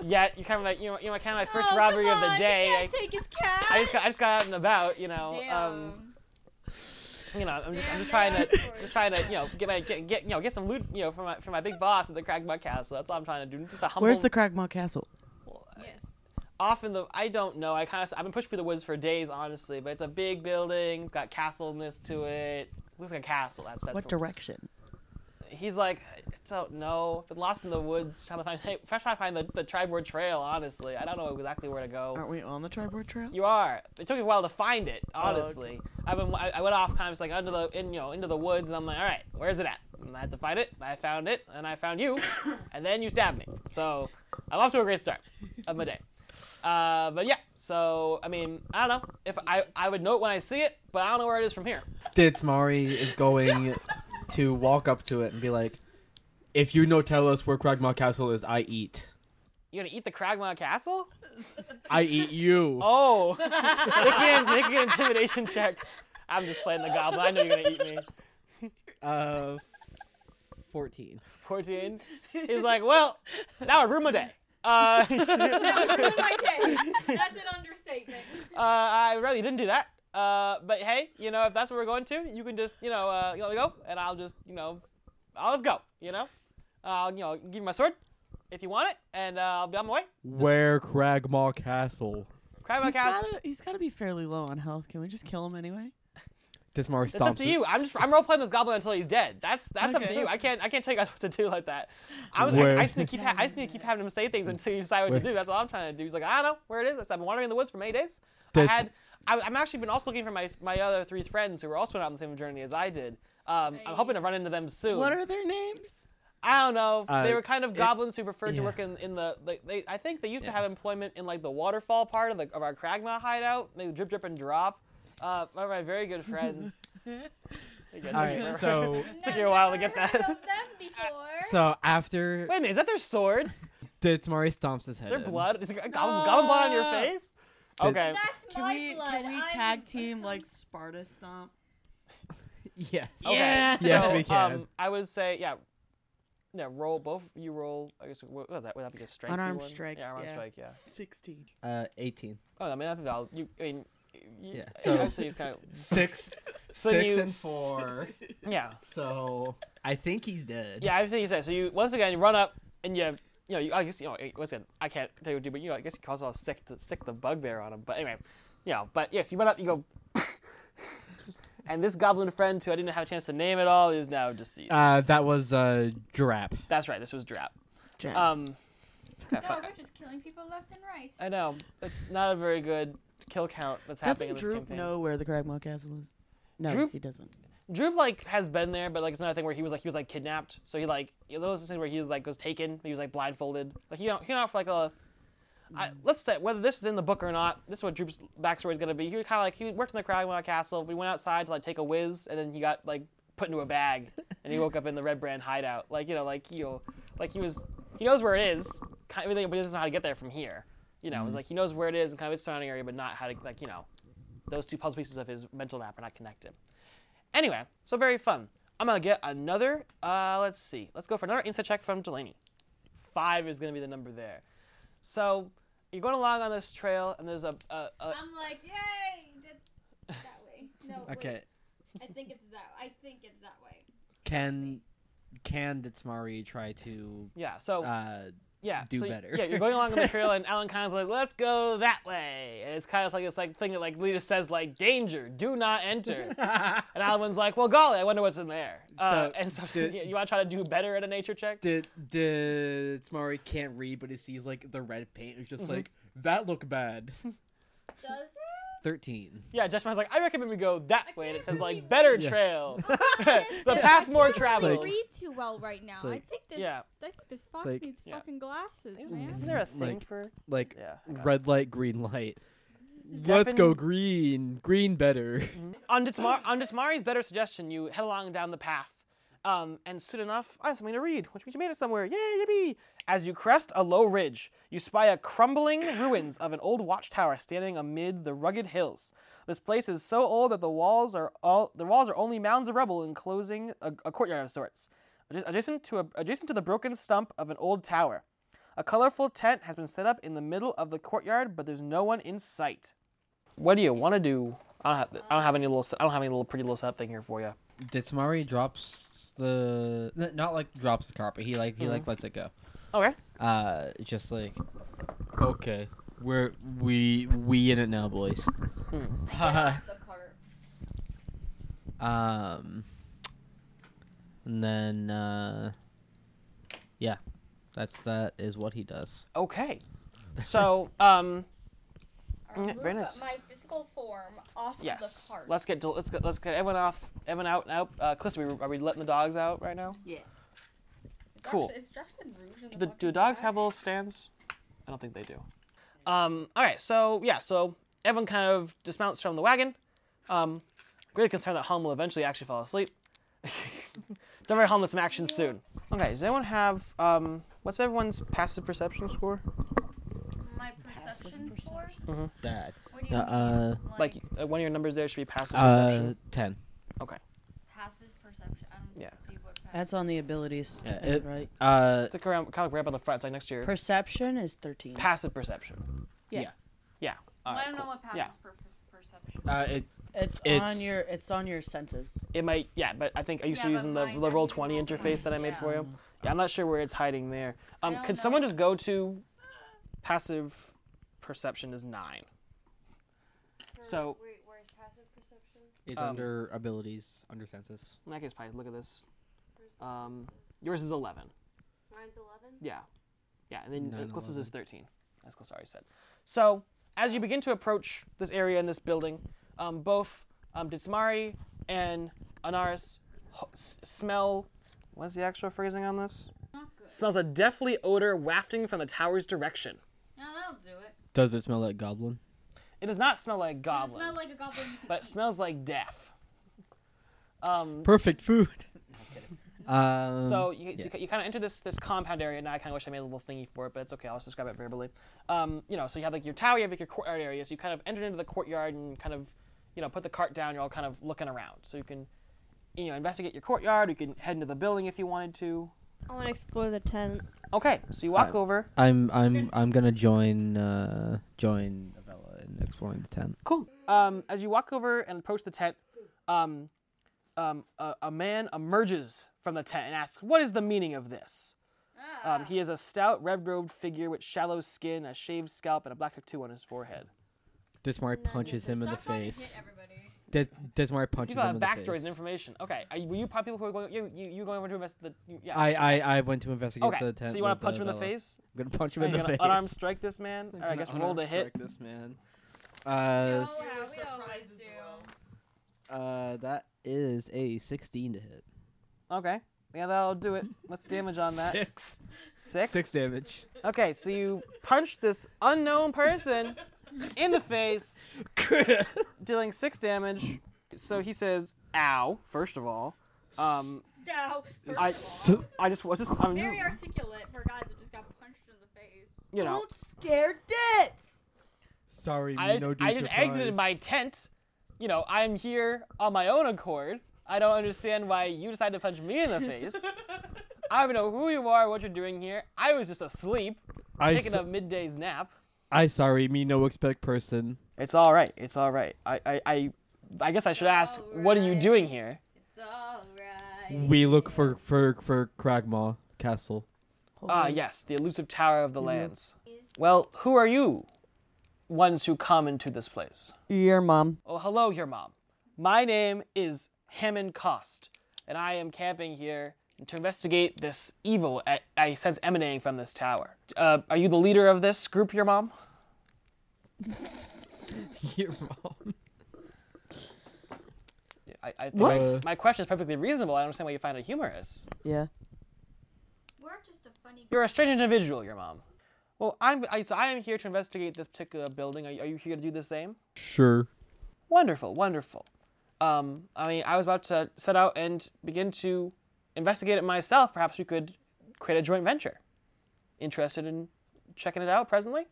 I: [laughs]
A: yet. You're kind of like you know, you know, kind of my first
D: Oh,
A: robbery
D: come
A: of the
D: on,
A: day.
D: You
A: I,
D: can't take his cat.
A: I just got I just got out and about, you know.
D: Damn.
A: Um, you know, I'm just, I'm
D: Damn
A: just trying to,
D: that.
A: just trying to, you know, get my, get, get, you know, get some loot, you know, from my, from my big boss at the Cragmug Castle. That's all I'm trying to do. Just a humble.
I: Where's the Cragmaw Castle?
D: yes.
A: Off in the, I don't know. I kind of, I've been pushed through the woods for days, honestly. But it's a big building. It's got castleness to it. Looks like a castle. That's that's
I: What
A: the-
I: direction?
A: He's like, I don't know. Been lost in the woods, trying to find, [laughs] hey, trying to find the, the Tribord Trail. Honestly, I don't know exactly where to go.
I: Aren't we on the Tribord Trail?
A: You are. It took me a while to find it, honestly. I've been, I, I went off kind of just like under the, in, you know, into the woods, and I'm like, all right, where's it at? And I had to find it. and I found it, and I found you, and then you stabbed me. So I'm off to a great start of my day. Uh, but yeah, so I mean, I don't know if I, I would know it when I see it, but I don't know where it is from here.
C: Ditsmari is going to walk up to it and be like, "If you no tell us where Cragmaw Castle is, I eat.
A: You gonna eat the Kragma Castle?
D: [laughs]
C: I eat you."
A: Oh, make, me an, make me an intimidation check. I'm just playing the goblin. I know you're gonna eat me. Oh.
C: Uh, fourteen.
A: 14. He's like, well, now I ruined my day.
D: [laughs]
A: Uh, [laughs]
D: my day. That's an understatement.
A: uh, I really didn't do that. Uh, but hey, you know, if that's where we're going to, you can just, you know, uh, you let me go, and I'll just, you know, I'll just go, you know? I'll, you know, give you my sword if you want it, and uh, I'll be on my way.
C: Where Cragmaw Castle?
A: Cry my
I: He's
A: castle.
I: gotta, he's gotta be fairly low on health. Can we just kill him anyway?
C: Ditsmari
A: It's up
C: stomps.
A: to
C: it.
A: you. I'm just I'm role playing this goblin until he's dead. That's that's up to
I: Okay.
A: you. I can't I can't tell you guys what to do like that. I was I,
C: Where-
A: I just need to keep ha- I just need to keep having him say things until you decide what
C: Where-
A: to do. That's all I'm trying to do. He's like I don't know where it is. I said, I've been wandering in the woods for many days.
C: Did-
A: I had I, I'm actually been also looking for my my other three friends who were also on the same journey as I did. Um, I'm hoping to run into them soon.
I: What are their names?
A: I don't know.
C: Uh,
A: they were kind of
C: it-
A: goblins who preferred to
C: yeah.
A: work in, in the. Like, they, I think they used
C: Yeah.
A: to have employment in like the waterfall part of the of our Kragma hideout. They drip, drip, and drop. Uh, one of my very good
I: [laughs]
A: friends. I guess
C: All
A: I remember. [laughs]
C: right, so
A: Took you a while to get
D: Never
A: that.
I: [laughs]
A: [laughs]
D: heard of them before.
C: so after
A: Wait a minute, is that their swords?
C: Ditsmari stomps his
A: Is
C: head.
A: there
C: in.
A: blood? Is there a goblin, goblin blood on your
I: No.
A: face?
C: Did-
A: Okay.
D: That's
I: Can
D: my
I: we
D: blood.
I: can we
D: I'm-
I: tag team
D: [laughs]
I: like Sparta Stomp?
C: Yes.
A: Okay,
I: Yes.
C: Yes,
A: so,
C: we can.
A: Um, I would say, yeah, yeah. Roll both. You roll. I guess what, what, that would that be a strength. you
I: Unarmed
A: won?
I: strike.
A: Yeah, unarmed strike. Yeah.
I: Sixteen.
C: Uh, eighteen.
A: Oh, I mean, I think that'll. You, I mean, you,
C: Yeah,
A: So,
C: so-
A: I'd say it's kind of. [laughs]
C: Six.
A: So
C: six
A: you-
C: and four.
A: Yeah.
C: So I think he's dead.
A: Yeah, everything you said. So you once again you run up and you you know you, I guess you know eh, once again I can't tell you what to do, but you know, I guess you cause all sick to, sick the bugbear on him. But anyway, you know, but yes, you run up, you go, [laughs] and this goblin friend who I didn't have a chance to name at all is now deceased.
C: Uh, that was uh, Drap.
A: That's right, this was Drap.
I: Jen.
A: Um, Yeah,
D: No,
A: fuck.
D: we're just killing people left and right.
A: I know. It's not a very good kill count that's happening in
I: Doesn't
A: this
I: Droop
A: campaign.
I: know where the Cragmaw Castle is? No,
A: Droop-
I: he doesn't.
A: Droop like has been there, but like it's another thing where he was like he was like kidnapped. So he like you know, those things where he was like was taken. He was like blindfolded. Like he he off like a. I, let's say whether this is in the book or not. This is what Droop's backstory is gonna be. He was kind of like he worked in the Cragmaw Castle. We went outside to like take a whiz, and then he got like put into a bag, and he woke up in the Red Brand hideout. Like you know, like you, know, like he was he knows where it is, kind of everything, but he doesn't know how to get there from here. You know, it's like he knows where it is and kind of its surrounding area, but not how to like you know, those two puzzle pieces of his mental map are not connected. Anyway, so very fun. I'm gonna get another. Uh, let's see. Let's go for another insight check from Delaney. Five is gonna be the number there. So you're going along on this trail, and there's a. a, a
D: I'm like, yay! That's that way. No, wait,
C: Okay.
D: I think it's that. I think it's that way.
C: Can can Ditsmari try to
A: yeah. So [laughs]
C: uh
A: yeah.
C: do
A: so y-
C: better.
A: Yeah, you're going along on the trail,
C: [laughs]
A: and Alan kind of like, let's go that way, and it's kind of like this like thing that like Lita says like danger, do not
C: [laughs]
A: enter, and Alan's like, well, golly, I wonder what's in there. Uh,
C: So,
A: and so [laughs]
C: did-
A: you want to try to do better at a nature check?
C: did Ditsmari can't read but he sees like the red paint It's just like that look bad.
D: Does
A: [laughs]
D: it?
C: 13.
A: Yeah, Jessmine's like, I recommend we go that
D: I
A: way. And it
D: can't
A: says, like,
D: believe-
A: better [laughs]
C: Yeah.
A: trail.
D: goodness,
A: the
D: dude,
A: path
D: I
A: more
D: can't really
A: traveled.
D: read too well right now. I
C: like-
D: think this.
A: Yeah.
D: I think this fox
C: like-
D: needs
A: Yeah.
D: fucking glasses,
A: Isn't,
D: man.
A: isn't there a thing
C: Like-
A: for.
C: Like
A: Yeah.
C: red light, green light. Let's go
A: Defin-
C: green. Green better.
A: On Ditsmar- on Ditsmari's better suggestion, you head along down the path. Um, and soon enough, I have something to read, which means you made it somewhere. Yay, yippee! As you crest a low ridge, you spy a crumbling [coughs] ruins of an old watchtower standing amid the rugged hills. This place is so old that the walls are all the walls are only mounds of rubble enclosing a, a courtyard of sorts, adja- adjacent to a, adjacent to the broken stump of an old tower. A colorful tent has been set up in the middle of the courtyard, but there's no one in sight. What do you want to do? I don't have I don't have any little I don't have any little pretty little setup thing here for you.
C: Ditsmari drops the n- not like drops the carpet. He like he like lets it go.
A: Okay.
C: Uh, just like okay, we're we we in it now, boys. [laughs]
D: I think that's the part.
C: Um, and then uh, yeah, that's that is what he does.
A: Okay.
D: [laughs]
A: So um
C: Mm,
D: I
A: Yeah,
D: remove
A: very nice.
D: My physical form off
A: yes,
D: of the cart.
A: let's get to, let's get let's get everyone off everyone out now. Uh, Cliss, are we, are we letting the dogs out right now?
D: Is
A: cool.
D: Jackson- is Jackson Rouge in
A: Do, the,
D: the
A: do
D: fucking
A: dogs
D: bag?
A: have little stands? I don't think they do. Um, all right, so yeah, so everyone kind of dismounts from the wagon. Um, really concerned that Hum will eventually actually fall asleep. [laughs] Don't worry, Hum, there's some action soon. Okay, does anyone have um, what's everyone's passive perception score?
D: My perception score.
C: Dad.
D: What do you
C: Uh, uh,
D: mean?
A: Like uh, one of your numbers there should be passive
C: uh,
A: perception.
C: ten.
A: okay.
D: passive perception. I don't
A: Yeah.
D: see what.
B: That's on the abilities,
C: Yeah,
B: uh,
C: it-
B: right?
C: Uh,
A: It's like around, kind of like right up on the front, it's like next to your
B: Perception is 13.
A: passive perception.
B: Yeah.
C: yeah.
A: Yeah. All
D: I
A: right,
D: don't know
A: cool.
D: what passes
A: Yeah.
D: per, per perception.
C: uh, it,
B: It's, on
C: It's-
B: your it's on your senses.
A: It might, yeah, but I think are you
D: Yeah,
A: still
D: but
A: using the,
D: mine-
A: the
D: I
A: roll
D: use the
A: twenty
D: roll
A: interface
D: 20,
A: that I made
D: yeah.
A: for you? Yeah, I'm not sure where it's hiding there. Um,
D: don't
A: can
D: know.
A: someone just go to passive perception is nine? so-
D: wait, where's passive perception?
C: it's
A: Um,
C: under abilities, under census.
A: In that case, probably look at this.
D: Where's the
A: Um,
D: senses?
A: yours is eleven.
D: Mine's eleven.
A: Yeah. Yeah, and then
C: Nine,
A: uh, Clissa's is
C: 11.
A: 13, as Clissa already said. So, as you begin to approach this area in this building, um, both um, Ditsmari and Anaris ho- s- smell. What's the actual phrasing on this?
D: Not good.
A: Smells a deathly odor wafting from the tower's direction.
D: No, that'll do it.
C: Does it smell like goblin?
A: It does not smell like
D: Does it
A: goblin,
D: smell like a goblin. you can
A: but it
D: eat?
A: smells like death. Um,
C: Perfect food. [laughs] um,
A: So you,
C: yeah.
A: you, kind of enter this this compound area, and I kind of wish I made a little thingy for it, but it's okay. I'll just describe it verbally. Um, you know, so you have like your tower, you have like your courtyard area. So you kind of entered into the courtyard and kind of, you know, put the cart down. You're all kind of looking around, so you can, you know, investigate your courtyard. You can head into the building if you wanted to.
J: I want to explore the tent.
A: Okay, so you walk
C: Alright.
A: over.
C: I'm I'm I'm gonna join uh join Avella in exploring the tent.
A: Cool. Um, as you walk over and approach the tent, um, um, a, a man emerges from the tent and asks, "What is the meaning of this?"
D: Ah,
A: Um, he is a stout, red-robed figure with shallow skin, a shaved scalp, and a black tattoo on his forehead.
C: Dismar punches him in the
D: stop trying to hit
C: face.
D: everybody.
C: Des- Desmari punches
A: You've got
C: him in the
A: backstories
C: face.
A: and information. Okay, are you, were you probably people who were going? You you, you going over to invest the? You, yeah.
C: I, I I went to investigate
A: okay.
C: the tent.
A: so you want
C: with uh,
A: to punch him in the
C: Bella.
A: face?
C: I'm gonna punch him
A: Are
C: [laughs] in
A: you
C: the
A: gonna
C: face.
A: unarmed strike this man?
C: I'm
A: All right, I
C: gonna
A: guess roll to
C: unarmed
A: hit.
C: strike This man. Uh,
D: Oh, yeah,
C: s-
D: we always do.
C: uh, that is a 16 to hit.
A: Okay, yeah, that'll do it. What's damage on that?
C: [laughs] Six.
A: Six.
C: Six damage.
A: Okay, so you punch this unknown person in the
C: [laughs]
A: face, dealing six damage. So he says, "Ow!" First of all, um,
D: No. first
A: I
D: of all,
A: I just was just I'm just
D: very articulate for a guy that just got punched in the face.
A: you know
B: scare dits.
C: Sorry,
A: I just,
C: no
A: I just exited my tent. You know I'm here on my own accord. I don't understand why you decided to punch me in the [laughs] face. I don't know who you are, what you're doing here. I was just asleep,
C: I,
A: taking a midday's nap.
C: I sorry, me no expect person.
A: It's all right. It's all right. I I I, I guess I should ask,
D: all
A: what are you
D: right.
A: doing here?
D: It's alright.
C: We look for for for Kragmaw Castle.
A: Ah, yes, the elusive Tower of the Lands. Well, who are you, ones who come into this place?
B: Your mom.
A: Oh, hello, your mom. My name is Hammond Cost, and I am camping here to investigate this evil I, I sense emanating from this tower. Uh, are you the leader of this group, your mom?
C: [laughs] Your mom.
A: I, I think
B: What?
A: My, my question is perfectly reasonable. I don't understand why you find it humorous.
B: [laughs] Yeah.
D: We're just a funny.
A: You're a strange individual, your mom. Well, I'm I, so I am here to investigate this particular building. Are you, are you here to do the same?
C: Sure.
A: Wonderful, wonderful. Um, I mean, I was about to set out and begin to investigate it myself. Perhaps we could create a joint venture. Interested in checking it out presently?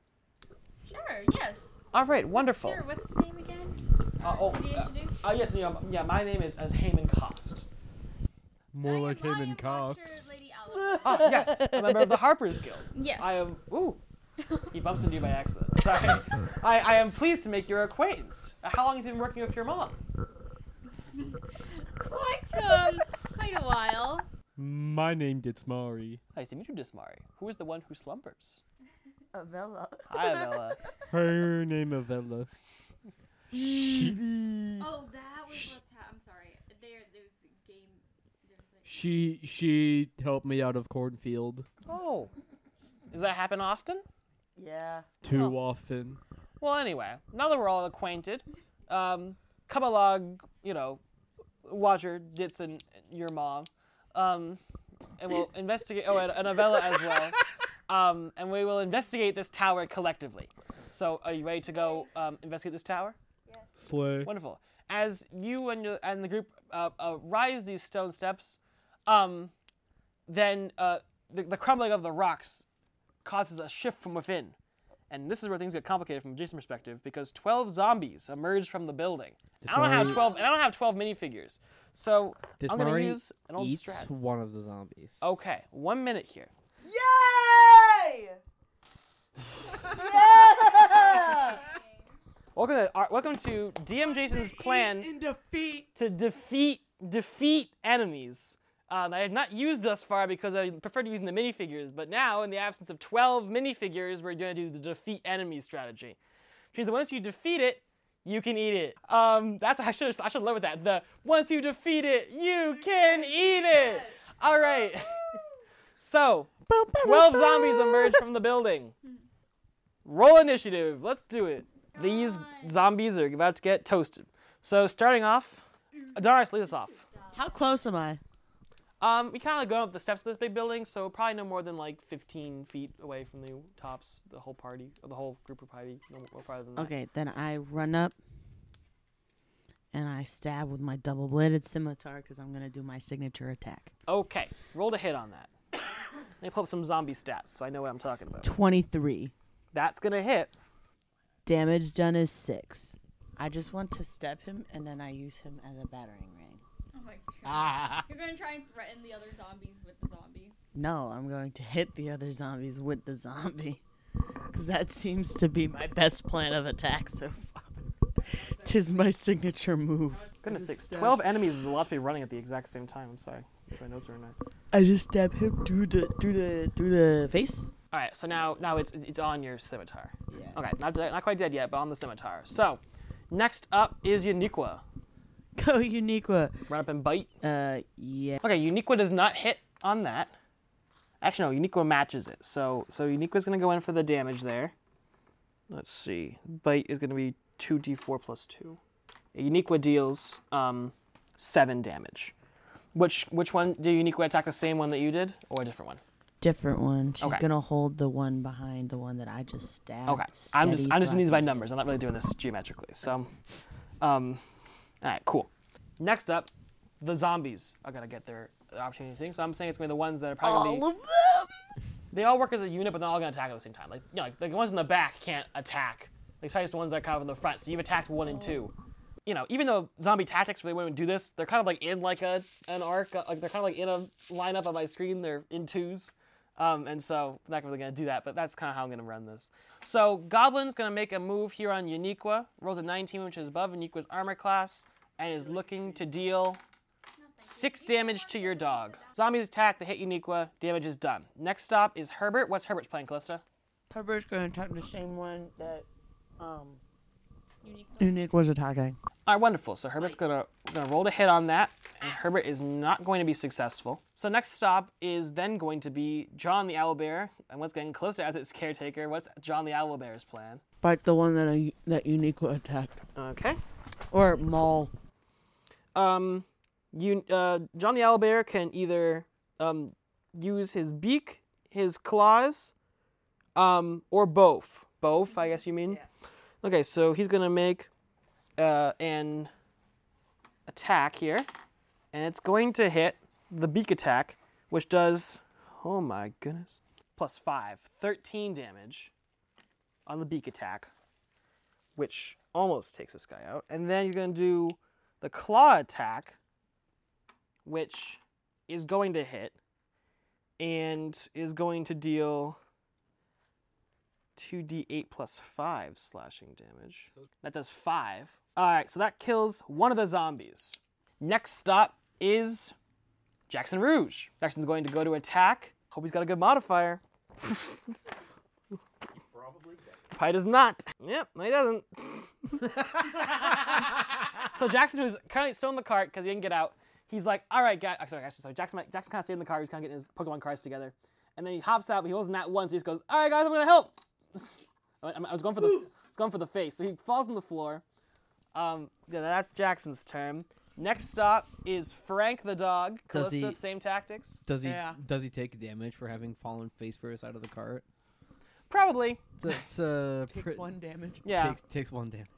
D: Sure. Yes.
A: All right, wonderful.
D: Sir, what's his name again?
A: Uh, oh,
D: Did he
A: uh,
D: introduce?
A: uh, yes, yeah, m- yeah, my name is as Heyman Cost.
C: More
D: I
C: like
D: am-
C: him
D: I
C: and
D: am Watcher
A: [laughs]
C: Cox.
D: Lady Oliver.
A: Ah, yes, a member
B: [laughs]
A: of the Harper's Guild.
D: yes.
A: I am. Ooh, he bumps into you by accident. Sorry. I, I am pleased to make your acquaintance. How long have you been working with your mom?
D: Quite um, quite a while.
C: My name Ditsmari.
A: Nice to meet you, Dismari. Who is the one who slumbers?
B: Avella.
A: Hi, Bella.
C: [laughs] Her name Avella. She
D: Oh, that was what's happening. I'm sorry. There, there's a game. There's a
C: she she helped me out of cornfield
A: Oh, does that happen often?
B: [laughs] Yeah.
C: too
A: Oh.
C: often.
A: Well, anyway, now that we're all acquainted, um, come along, you know, Watcher, Ditson, your mom, um, and we'll investigate. Oh, and, and Avella as well. Um, and we will investigate this tower collectively. So, are you ready to go um, investigate this tower?
C: Slay.
A: Wonderful. As you and, your, and the group uh, uh, rise these stone steps, um, then uh, the, the crumbling of the rocks causes a shift from within. And this is where things get complicated from Jason's perspective because 12 zombies emerge from the building. I don't have
C: Dismari-
A: 12 and I don't have 12 minifigures. So I'm going to
C: Dismari
A: use an old
C: eats
A: strat.
C: one of the zombies.
A: Okay, 1 minute here.
B: Yay! yeah!
A: Welcome to, our- welcome to DM Jason's plan
I: In defeat.
A: to defeat defeat enemies. Um, I have not used thus far because I preferred using the minifigures, but now in the absence of 12 minifigures, we're going to do the defeat enemy strategy. Which means that once you defeat it, you can eat it. Um, that's I should I should live with that. The once you defeat it, you can eat it. All right. [laughs] So 12 zombies emerge from the building. Roll initiative. Let's do it. These zombies are about to get toasted. So starting off, Adaris, lead us off.
B: How close am I?
A: Um, we kind of go up the steps of this big building, so probably no more than like 15 feet away from the tops. The whole party, the whole group would probably no no farther than that.
B: Okay, then I run up and I stab with my double bladed scimitar because I'm going to do my signature attack.
A: Okay, roll to hit on that. [coughs] Let me pull up some zombie stats so I know what I'm talking about.
B: 23.
A: That's gonna hit.
B: Damage done is 6. I just want to stab him and then I use him as a battering ram.
D: Oh [laughs] my god. You're gonna try and threaten the other zombies with the zombie.
B: No, I'm going to hit the other zombies with the zombie. [laughs] Because that seems to be my best plan of attack so far. [laughs] Tis my signature move.
A: Goodness sakes, 12 enemies is a lot to be running at the exact same time. I'm sorry. if My notes are in there.
B: I just stab him through the through the through the face.
A: All right, so now now it's it's on your scimitar.
B: Yeah.
A: Okay, not dead- not quite dead yet, but on the scimitar. So, next up is Uniqua.
B: [laughs] Go Oh, Uniqua.
A: Run up and bite.
B: Uh, yeah.
A: Okay, Uniqua does not hit on that. Actually, no, Uniqua matches it. So so Uniqua's gonna go in for the damage there. Let's see. Bite is gonna be two d4 plus two. Uniqua deals um, seven damage. Which which one did Uniqua attack? The same one that you did, or a different one?
B: Different one. She's
A: Okay.
B: gonna hold the one behind the one that I just stabbed.
A: Okay. I'm just
B: steady
A: I'm
B: so
A: just
B: I
A: doing these
B: can
A: by
B: hit.
A: numbers. I'm not really doing this geometrically. So, um, all right, cool. Next up, the zombies are gonna get their opportunity thing. So I'm saying it's gonna be the ones that are probably gonna be.
B: All of them.
A: They all work as a unit, but they're all gonna attack at the same time. Like you know, like, the ones in the back can't attack. Like it's just the ones that are kind of in the front. So you've attacked one and two. You know, even though zombie tactics really wouldn't do this, they're kind of like in like a an arc. uh, Like they're kind of like in a lineup on my screen. They're in twos. Um, and so I'm not really gonna do that, but that's kind of how I'm gonna run this. So Goblin's gonna make a move here on Uniqua. Rolls a 19, which is above Uniqua's armor class, and is looking to deal six damage to your dog. Zombies attack. They hit Uniqua. Damage is done. Next stop is Herbert. What's Herbert's playing, Callista?
I: Herbert's gonna attack the same one that um
D: Unique.
I: Unique was attacking.
A: All right, wonderful. So Herbert's gonna gonna roll to hit on that, and Herbert is not going to be successful. So next stop is then going to be John the Owlbear, and once again, Callista as its caretaker. What's John the Owlbear's plan?
I: Bite the one that I, that Unique attacked
A: Okay.
I: or maul.
A: um, you, uh, John the Owlbear can either um, use his beak, his claws, um, or both. Both, I guess you mean? Okay, so he's going to make uh, an attack here, and it's going to hit the beak attack, which does, oh my goodness, plus five, 13 damage on the beak attack, which almost takes this guy out. And then you're going to do the claw attack, which is going to hit and is going to deal 2d8 plus 5 slashing damage. That does 5. Alright, so that kills one of the zombies. Next stop is Jackson Rouge. Jackson's going to go to attack. Hope he's got a good modifier. Probably does not. Yep, no, he doesn't. So Jackson, who's currently still in the cart because he didn't get out, he's like, "All right, guys." Sorry, actually, sorry. Jackson, Jackson kind of stayed in the cart. He's kind of getting his Pokemon cards together, and then he hops out. But he wasn't that one, so he just goes, "All right, guys, I'm gonna help." [laughs] I, I- I was going for the, I was going for the face. So he falls on the floor. Um, yeah, that's Jackson's turn. Next stop is Frank the dog.
C: Does
A: Callista,
C: he-
A: same tactics.
C: Does he
I: Yeah.
C: does he take damage for having fallen face first out of the cart?
A: Probably.
C: It's, a- it's a
I: Takes
C: pr-
I: one damage.
A: Yeah.
C: Takes, takes one damage.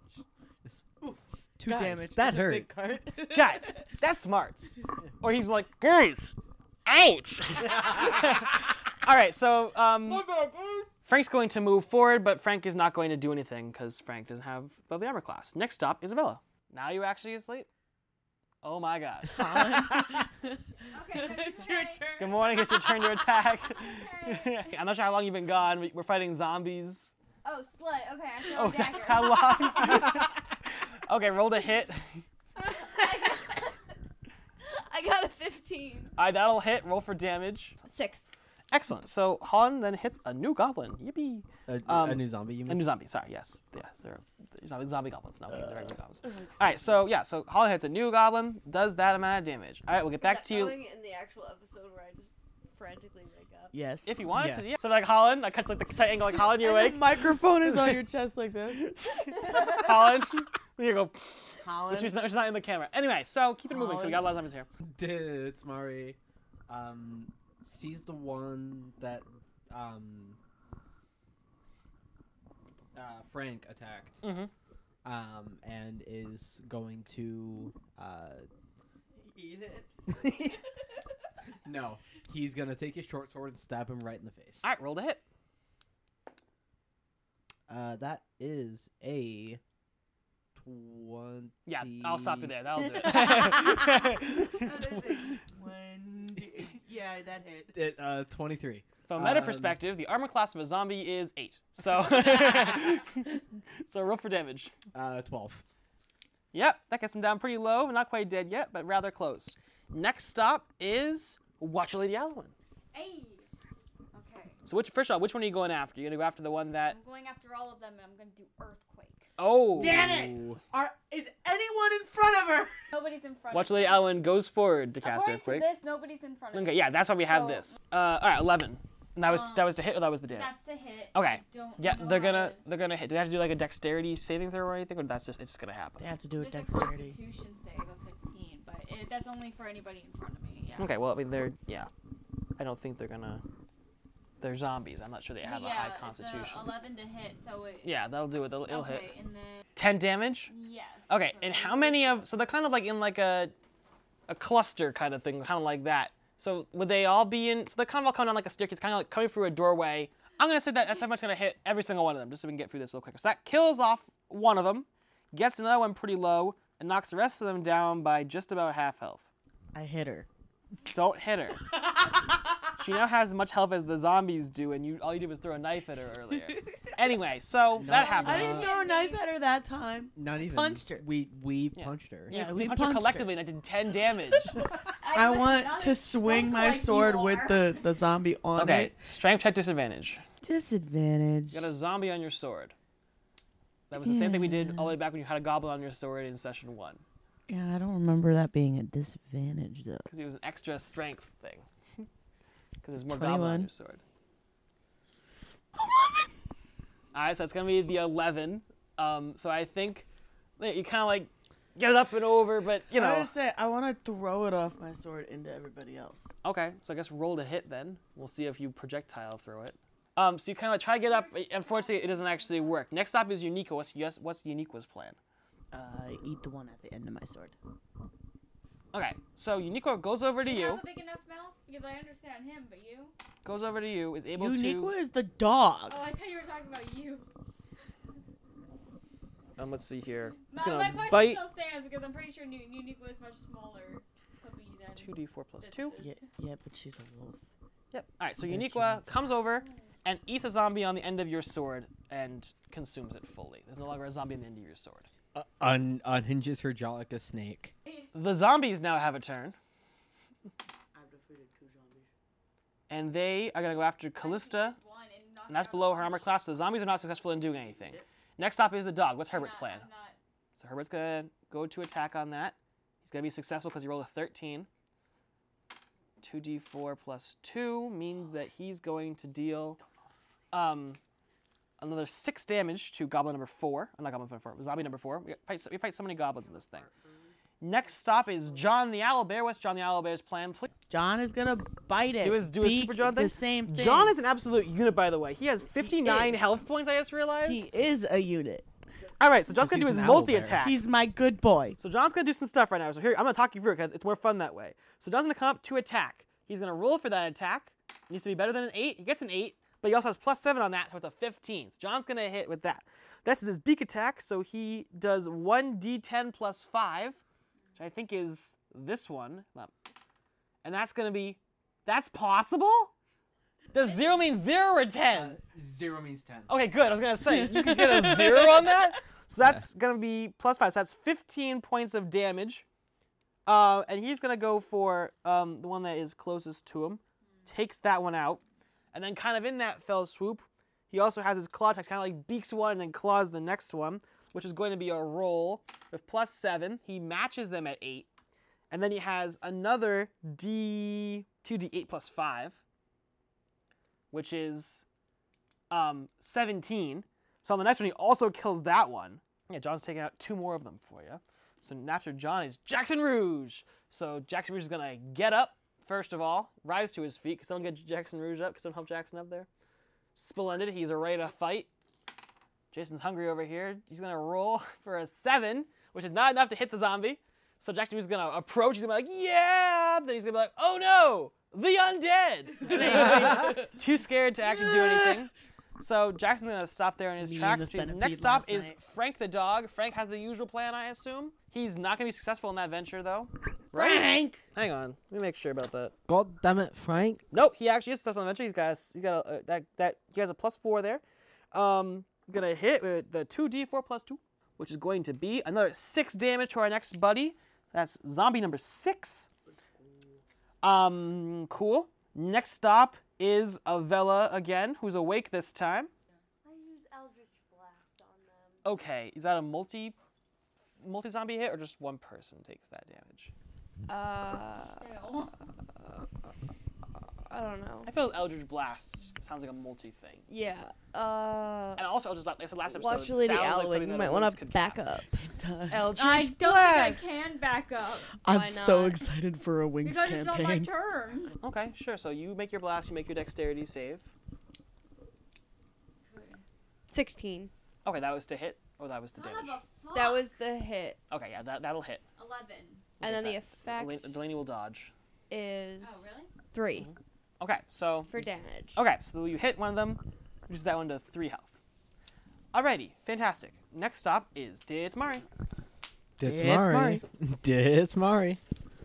I: Two
C: Guys,
I: damage.
C: that
I: It's a big cart.
A: [laughs]
I: [laughs]
A: guys, that's smarts. Or he's like, guys, ouch. [laughs] All right, so um, Frank's going to move forward, but Frank is not going to do anything because Frank doesn't have above the armor class. Next stop, Isabella. Now you actually asleep. Oh my god.
D: [laughs] Okay, so Mm. it's your turn.
A: Good morning. It's your turn to attack. [laughs]
D: [laughs]
A: I'm not sure how long you've been gone. but We're fighting zombies.
G: Oh, slut. Okay, I feel
A: Oh, that's [laughs] how [laughs] long. okay, roll to hit.
G: I got a 15.
A: All right, that'll hit. Roll for damage.
G: Six.
A: Excellent. So Han then hits a new goblin. Yippee.
C: A, a
A: Um,
C: new zombie, you
A: A
C: mean?
A: new zombie, sorry, yes. Yeah, they're, they're zombie, zombie goblins, not they're regular goblins. Alright, so yeah, so Holly hits a new goblin, does that amount of damage. Alright, we'll get back to you
J: in the actual episode where I just frantically wake up.
B: Yes.
A: if you wanted
C: Yeah.
A: to, yeah. So like Holland, I cut like the tight angle like Holland, you're
I: And
A: awake.
I: the microphone is
A: [laughs]
I: on your chest like this.
A: Holland. [laughs] There you go.
I: Colin.
A: Which is, not, which is not in the camera. Anyway, so keep it moving. So we got a lot of zombies here.
C: [laughs] Dude, Mari um, sees the one that um, uh, Frank attacked,
A: Mhm.
C: um, and is going to uh,
I: Eat it.
C: no, he's gonna take his short sword and stab him right in the face.
A: Alright, roll to hit.
C: Uh, that is a twenty.
A: Yeah, I'll stop you there. That'll do it. [laughs]
I: One. Yeah, that hit.
C: It, uh, twenty-three.
A: From a meta
C: Um,
A: perspective, the armor class of a zombie is eight. So [laughs] So roll for damage.
C: Uh, twelve.
A: Yep, that gets him down pretty low. Not quite dead yet, but rather close. Next stop is Watcher Lady Alwyn.
D: Hey. Okay.
A: So which first off, which one are you going after? You're gonna go after the one that
D: I'm going after all of them and I'm going to do Earthquake.
A: Oh.
I: Damn it! Are is anyone in front of her?
D: Nobody's in front
A: Watch
D: of
A: Lady
D: me.
A: Alwyn goes forward to cast
D: According
A: Earthquake.
D: to this, nobody's in front of me.
A: Okay, yeah, that's why we have
D: So-
A: this. Uh, all right, eleven. And that was
D: Um,
A: that was to hit or that was the damage.
D: That's to hit.
A: Okay.
D: I don't
A: Yeah,
D: know
A: they're
D: how
A: gonna
D: to-
A: they're gonna hit. Do they have to do like a dexterity saving throw or anything, or that's just it's just gonna happen?
B: They have to do a
D: There's
B: dexterity.
D: a Constitution save of 15, but it, that's only for anybody in front of me. Yeah.
A: Okay, well I mean they're yeah, I don't think they're gonna. They're zombies. I'm not sure they have
D: yeah,
A: a high
D: it's
A: constitution.
D: 11 to hit, so it.
A: Yeah, that'll do it. It'll, it'll
D: okay,
A: hit.
D: And then
A: Ten damage.
D: yes.
A: Okay,
D: so
A: and
D: it
A: how
D: would-
A: many of so they're kind of like in like a a cluster kind of thing, kind of like that. So would they all be in? So they're kind of all coming down like a staircase, kind of like coming through a doorway. I'm gonna say that that's how much gonna hit every single one of them, just so we can get through this a little quicker. So that kills off one of them, gets another one pretty low, and knocks the rest of them down by just about half health.
B: I hit her.
A: Don't hit her. she now has as much health as the zombies do, and you all you did was throw a knife at her earlier. anyway, so that
B: I
A: happens.
B: didn't
I: Uh,
B: throw a knife at her that time.
C: Not even
B: Punched her.
C: We we punched her.
A: You
B: Yeah, we
A: punched her
B: punched her.
A: collectively, and I did ten damage.
I: I
D: would
I: want
D: not
I: to swing
D: look
I: my
D: like you
I: sword with
D: are.
I: the the zombie on
A: okay,
I: it.
A: strength check disadvantage.
B: Disadvantage.
A: You got a zombie on your sword. That was the same thing we did all the way back when you had a goblin on your sword in session one,
B: Yeah, I don't remember that being a disadvantage though.
A: because it was an extra strength thing. [laughs] Because there's more goblin on
B: 21.
A: your sword. All right, so it's gonna be the eleven. Um, so I think that you kind of like get it up and over, but you
I: I
A: know.
I: just say I want to throw it off my sword into everybody else.
A: Okay, so I guess roll to hit then. We'll see if you projectile through it. Um, so you kind of try to get up. Unfortunately, it doesn't actually work. Next up is Uniqua. What's yes? What's Uniqua's plan?
B: Uh, eat the one at the end of my sword.
A: Okay, so Uniqua goes over to
D: Do you
A: you.
D: have a big enough mouth? Because I understand him, but you?
A: goes over to you, is able
B: Uniqua is the dog.
D: Oh, I thought you were talking about you.
A: to. Um, let's see here. It's
D: My, my
A: gonna
D: question
A: bite.
D: still stands because I'm pretty sure Nu- Nuniqua is much smaller puppy than.
A: Two D four plus
D: than
A: two.
D: Sis.
B: Yeah, yeah, but she's a wolf.
A: Yep. All right. So
B: Then she
A: Uniqua
B: needs
A: comes over and eats a zombie on the end of your sword and consumes it fully. There's no longer a zombie on the end of your sword.
C: Uh, un unhinges her jaw like a snake.
A: The zombies now have a turn,
I: I've defeated two zombies.
A: and they are gonna go after Callista,
D: One and, knock
A: and that's
D: down
A: below
D: the
A: her armor
D: punch.
A: class. So the zombies are not successful in doing anything. Next up is the dog. What's Herbert's
D: Not-
A: plan?
D: I'm not-
A: So Herbert's gonna go to attack on that. He's gonna be successful because he rolled a 13. 2d4 plus 2 means that he's going to deal um, another 6 damage to goblin number 4. I'm not goblin number 4, zombie number 4. We fight, so, we fight so many goblins in this thing. Next stop is John the Owlbear. What's John the Owlbear's plan? Please
B: John is gonna bite it.
A: do his, do his
B: Beak,
A: Super John thing.
B: The same thing.
A: John is an absolute unit, by the way. He has 59
B: is.
A: health points, I just realized.
B: He is a unit.
A: All right, so John's going
C: Because
A: to do
C: he's
A: his
C: an owlbear.
A: multi attack.
B: He's my good boy.
A: So John's gonna do some stuff right now. So here, I'm gonna talk you through it 'cause it's more fun that way. So John's gonna come up to attack. He's gonna roll for that attack. It needs to be better than an eight. He gets an eight, but he also has plus seven on that, so it's a 15. So John's gonna hit with that. That's his beak attack, so he does one d10 plus five, which I think is this one. Um, And that's gonna be, that's possible. Does zero mean zero or ten?
C: Zero means ten.
A: Okay, good. I was gonna say you could get a zero on that. So that's gonna be plus five. So that's fifteen points of damage. Uh, and he's gonna go for um, the one that is closest to him, takes that one out, and then kind of in that fell swoop, he also has his claw attacks, kind of like beaks one and then claws the next one, which is going to be a roll with plus seven. He matches them at eight, and then he has another D two D eight plus five, which is um, 17. So on the next one, he also kills that one. Yeah, John's taking out two more of them for you. So after John is Jackson Rouge. So Jackson Rouge is gonna get up first of all, rise to his feet. Can someone get Jackson Rouge up? Can someone help Jackson up there? Splendid. He's ready to fight. Jason's hungry over here. He's gonna roll [laughs] for a seven, which is not enough to hit the zombie. So Jackson Rouge is gonna approach. He's gonna be like, "Yeah!" Then he's gonna be like, "Oh no, the undead!"
B: [laughs]
A: And then he's too scared to actually do anything. So Jackson's gonna stop there in his
B: Me and
A: tracks.
B: the
A: His
B: centipede
A: next stop
B: last
A: is
B: night.
A: Frank the dog. Frank has the usual plan, I assume. He's not gonna be successful in that venture though.
B: Frank.
A: Hang on, let me make sure about that.
C: God damn it, Frank.
A: Nope, he actually is successful in the venture. He's got a, he's got a, uh, that that he has a plus four there. Um, gonna hit with the two D four plus two, which is going to be another six damage to our next buddy. That's zombie number six. Um, cool. Next stop is Avella again, who's awake this time.
J: I use Eldritch Blast on them.
A: Okay, is that a multi multi zombie hit or just one person takes that damage?
J: Uh,
D: Ew.
J: I don't know.
A: I feel Eldritch Blasts sounds like a multi thing.
J: Yeah. Uh,
A: And also Eldritch Blast, like I said last episode,
J: watch Lady
A: sounds
J: Alwyn.
A: like something
J: you
A: that
J: might
A: a
J: want
A: witch
J: to
A: could
J: back
A: cast. [laughs]
J: up.
A: Eldritch
D: I don't
A: Blast!
D: think I can back up.
B: I'm
J: Why
B: so
J: not?
B: excited for a wings
D: Because it's not my
B: campaign.
D: turn.
A: Okay, sure. So you make your blast, you make your dexterity save.
J: Sixteen.
A: Okay, that was to hit, or that was to
D: Son
A: damage.
D: of a fuck.
J: [gasps] That was the hit,
A: Okay, yeah, that, that'll hit.
D: eleven.
J: and then the
A: Is
J: effect
A: Delaney- Delaney will dodge.
J: is
D: Oh really?
J: three
A: Mm-hmm. Okay, so
J: for damage.
A: okay, so you hit one of them, reduces that one to three health. Alrighty, fantastic. Next stop is Ditzmari.
C: It's
B: It's
C: [laughs] Mari. It's Mari.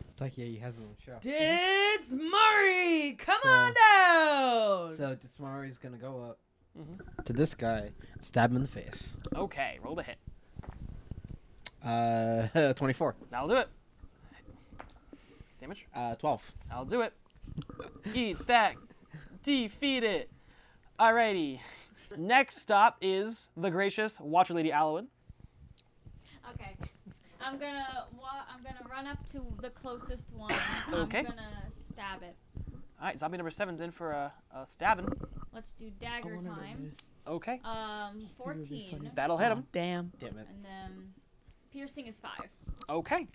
C: It's like, yeah, he has his own show.
B: It's Murray! Come
C: So- on
B: down!
C: So Ditsumari's gonna go up
A: Mm-hmm.
C: to this guy, stab him in the face.
A: Okay, roll the hit.
C: Uh, [laughs] 24.
A: That'll do it. Damage.
C: Uh, 12.
A: I'll do it. Eat that. Defeat it. Alrighty. Next stop is the gracious Watcher Lady Alwyn.
D: Okay. I'm gonna wa- I'm gonna run up to the closest
A: [coughs]
D: one.
A: Okay.
D: I'm gonna stab it.
A: All right, zombie number seven's in for a, a stabbing.
D: Let's do dagger time.
A: Okay,
D: Um,
B: think it would be funny.
D: fourteen,
A: that'll hit him.
B: Oh, Damn.
C: Damn
D: [laughs]
C: it.
D: and then piercing
A: [laughs]
D: is five.
A: Okay,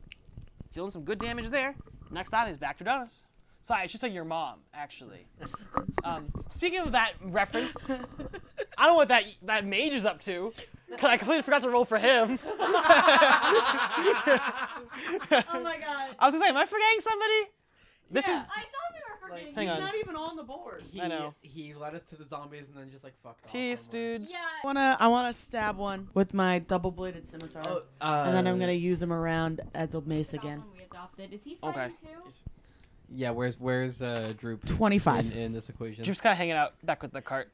A: dealing some good damage there. Next stop is back to Donuts. Sorry, I should say your mom, actually. Um, speaking of that reference, I don't know what that that mage is up to, because I completely forgot to roll for him.
D: Oh my god.
A: I was gonna say, am I forgetting somebody? This
B: Yeah,
A: is
D: I thought we were forgetting.
A: hang
B: He's
A: on.
B: not even on the board.
C: He,
A: I know.
C: He led us to the zombies and then just like fucked
A: peace, dudes.
D: Yeah.
B: I wanna, I wanna stab one with my double-bladed scimitar,
C: Oh.
A: Oh,
B: and then I'm
A: uh,
B: gonna use him around as a mace
D: that
B: again.
D: one we adopted. Is he
A: Okay.
D: fighting too?
C: Yeah, where's where's uh Droop?
B: Twenty-five.
C: in, in this equation.
A: Jupe's kind of hanging out back with the cart,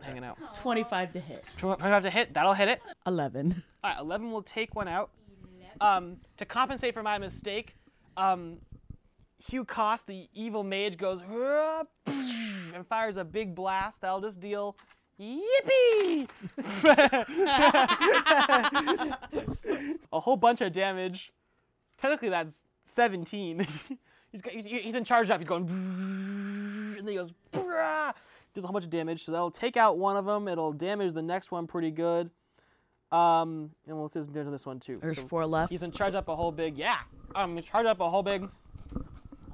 A: hanging out.
D: Oh,
B: Twenty-five to hit.
A: Tw- 25 to hit. That'll hit it.
B: Eleven.
A: All right, 11 will take one out. Um, to compensate for my mistake, um, Hugh Cost, the evil mage, goes "Hurrah!" [laughs] and fires a big blast. That'll just deal. Yippee! [laughs] a whole bunch of damage. Technically, that's 17. [laughs] he's, got, he's, he's in charge up. He's going. [laughs] And then he goes. "Brah!" Does a whole bunch of damage. So that'll take out one of them. It'll damage the next one pretty good. Um, and we'll see do to this one too.
B: There's
A: So-
B: four left.
A: He's gonna charge up a whole big. Yeah, I'm gonna charge up a whole big. Oh,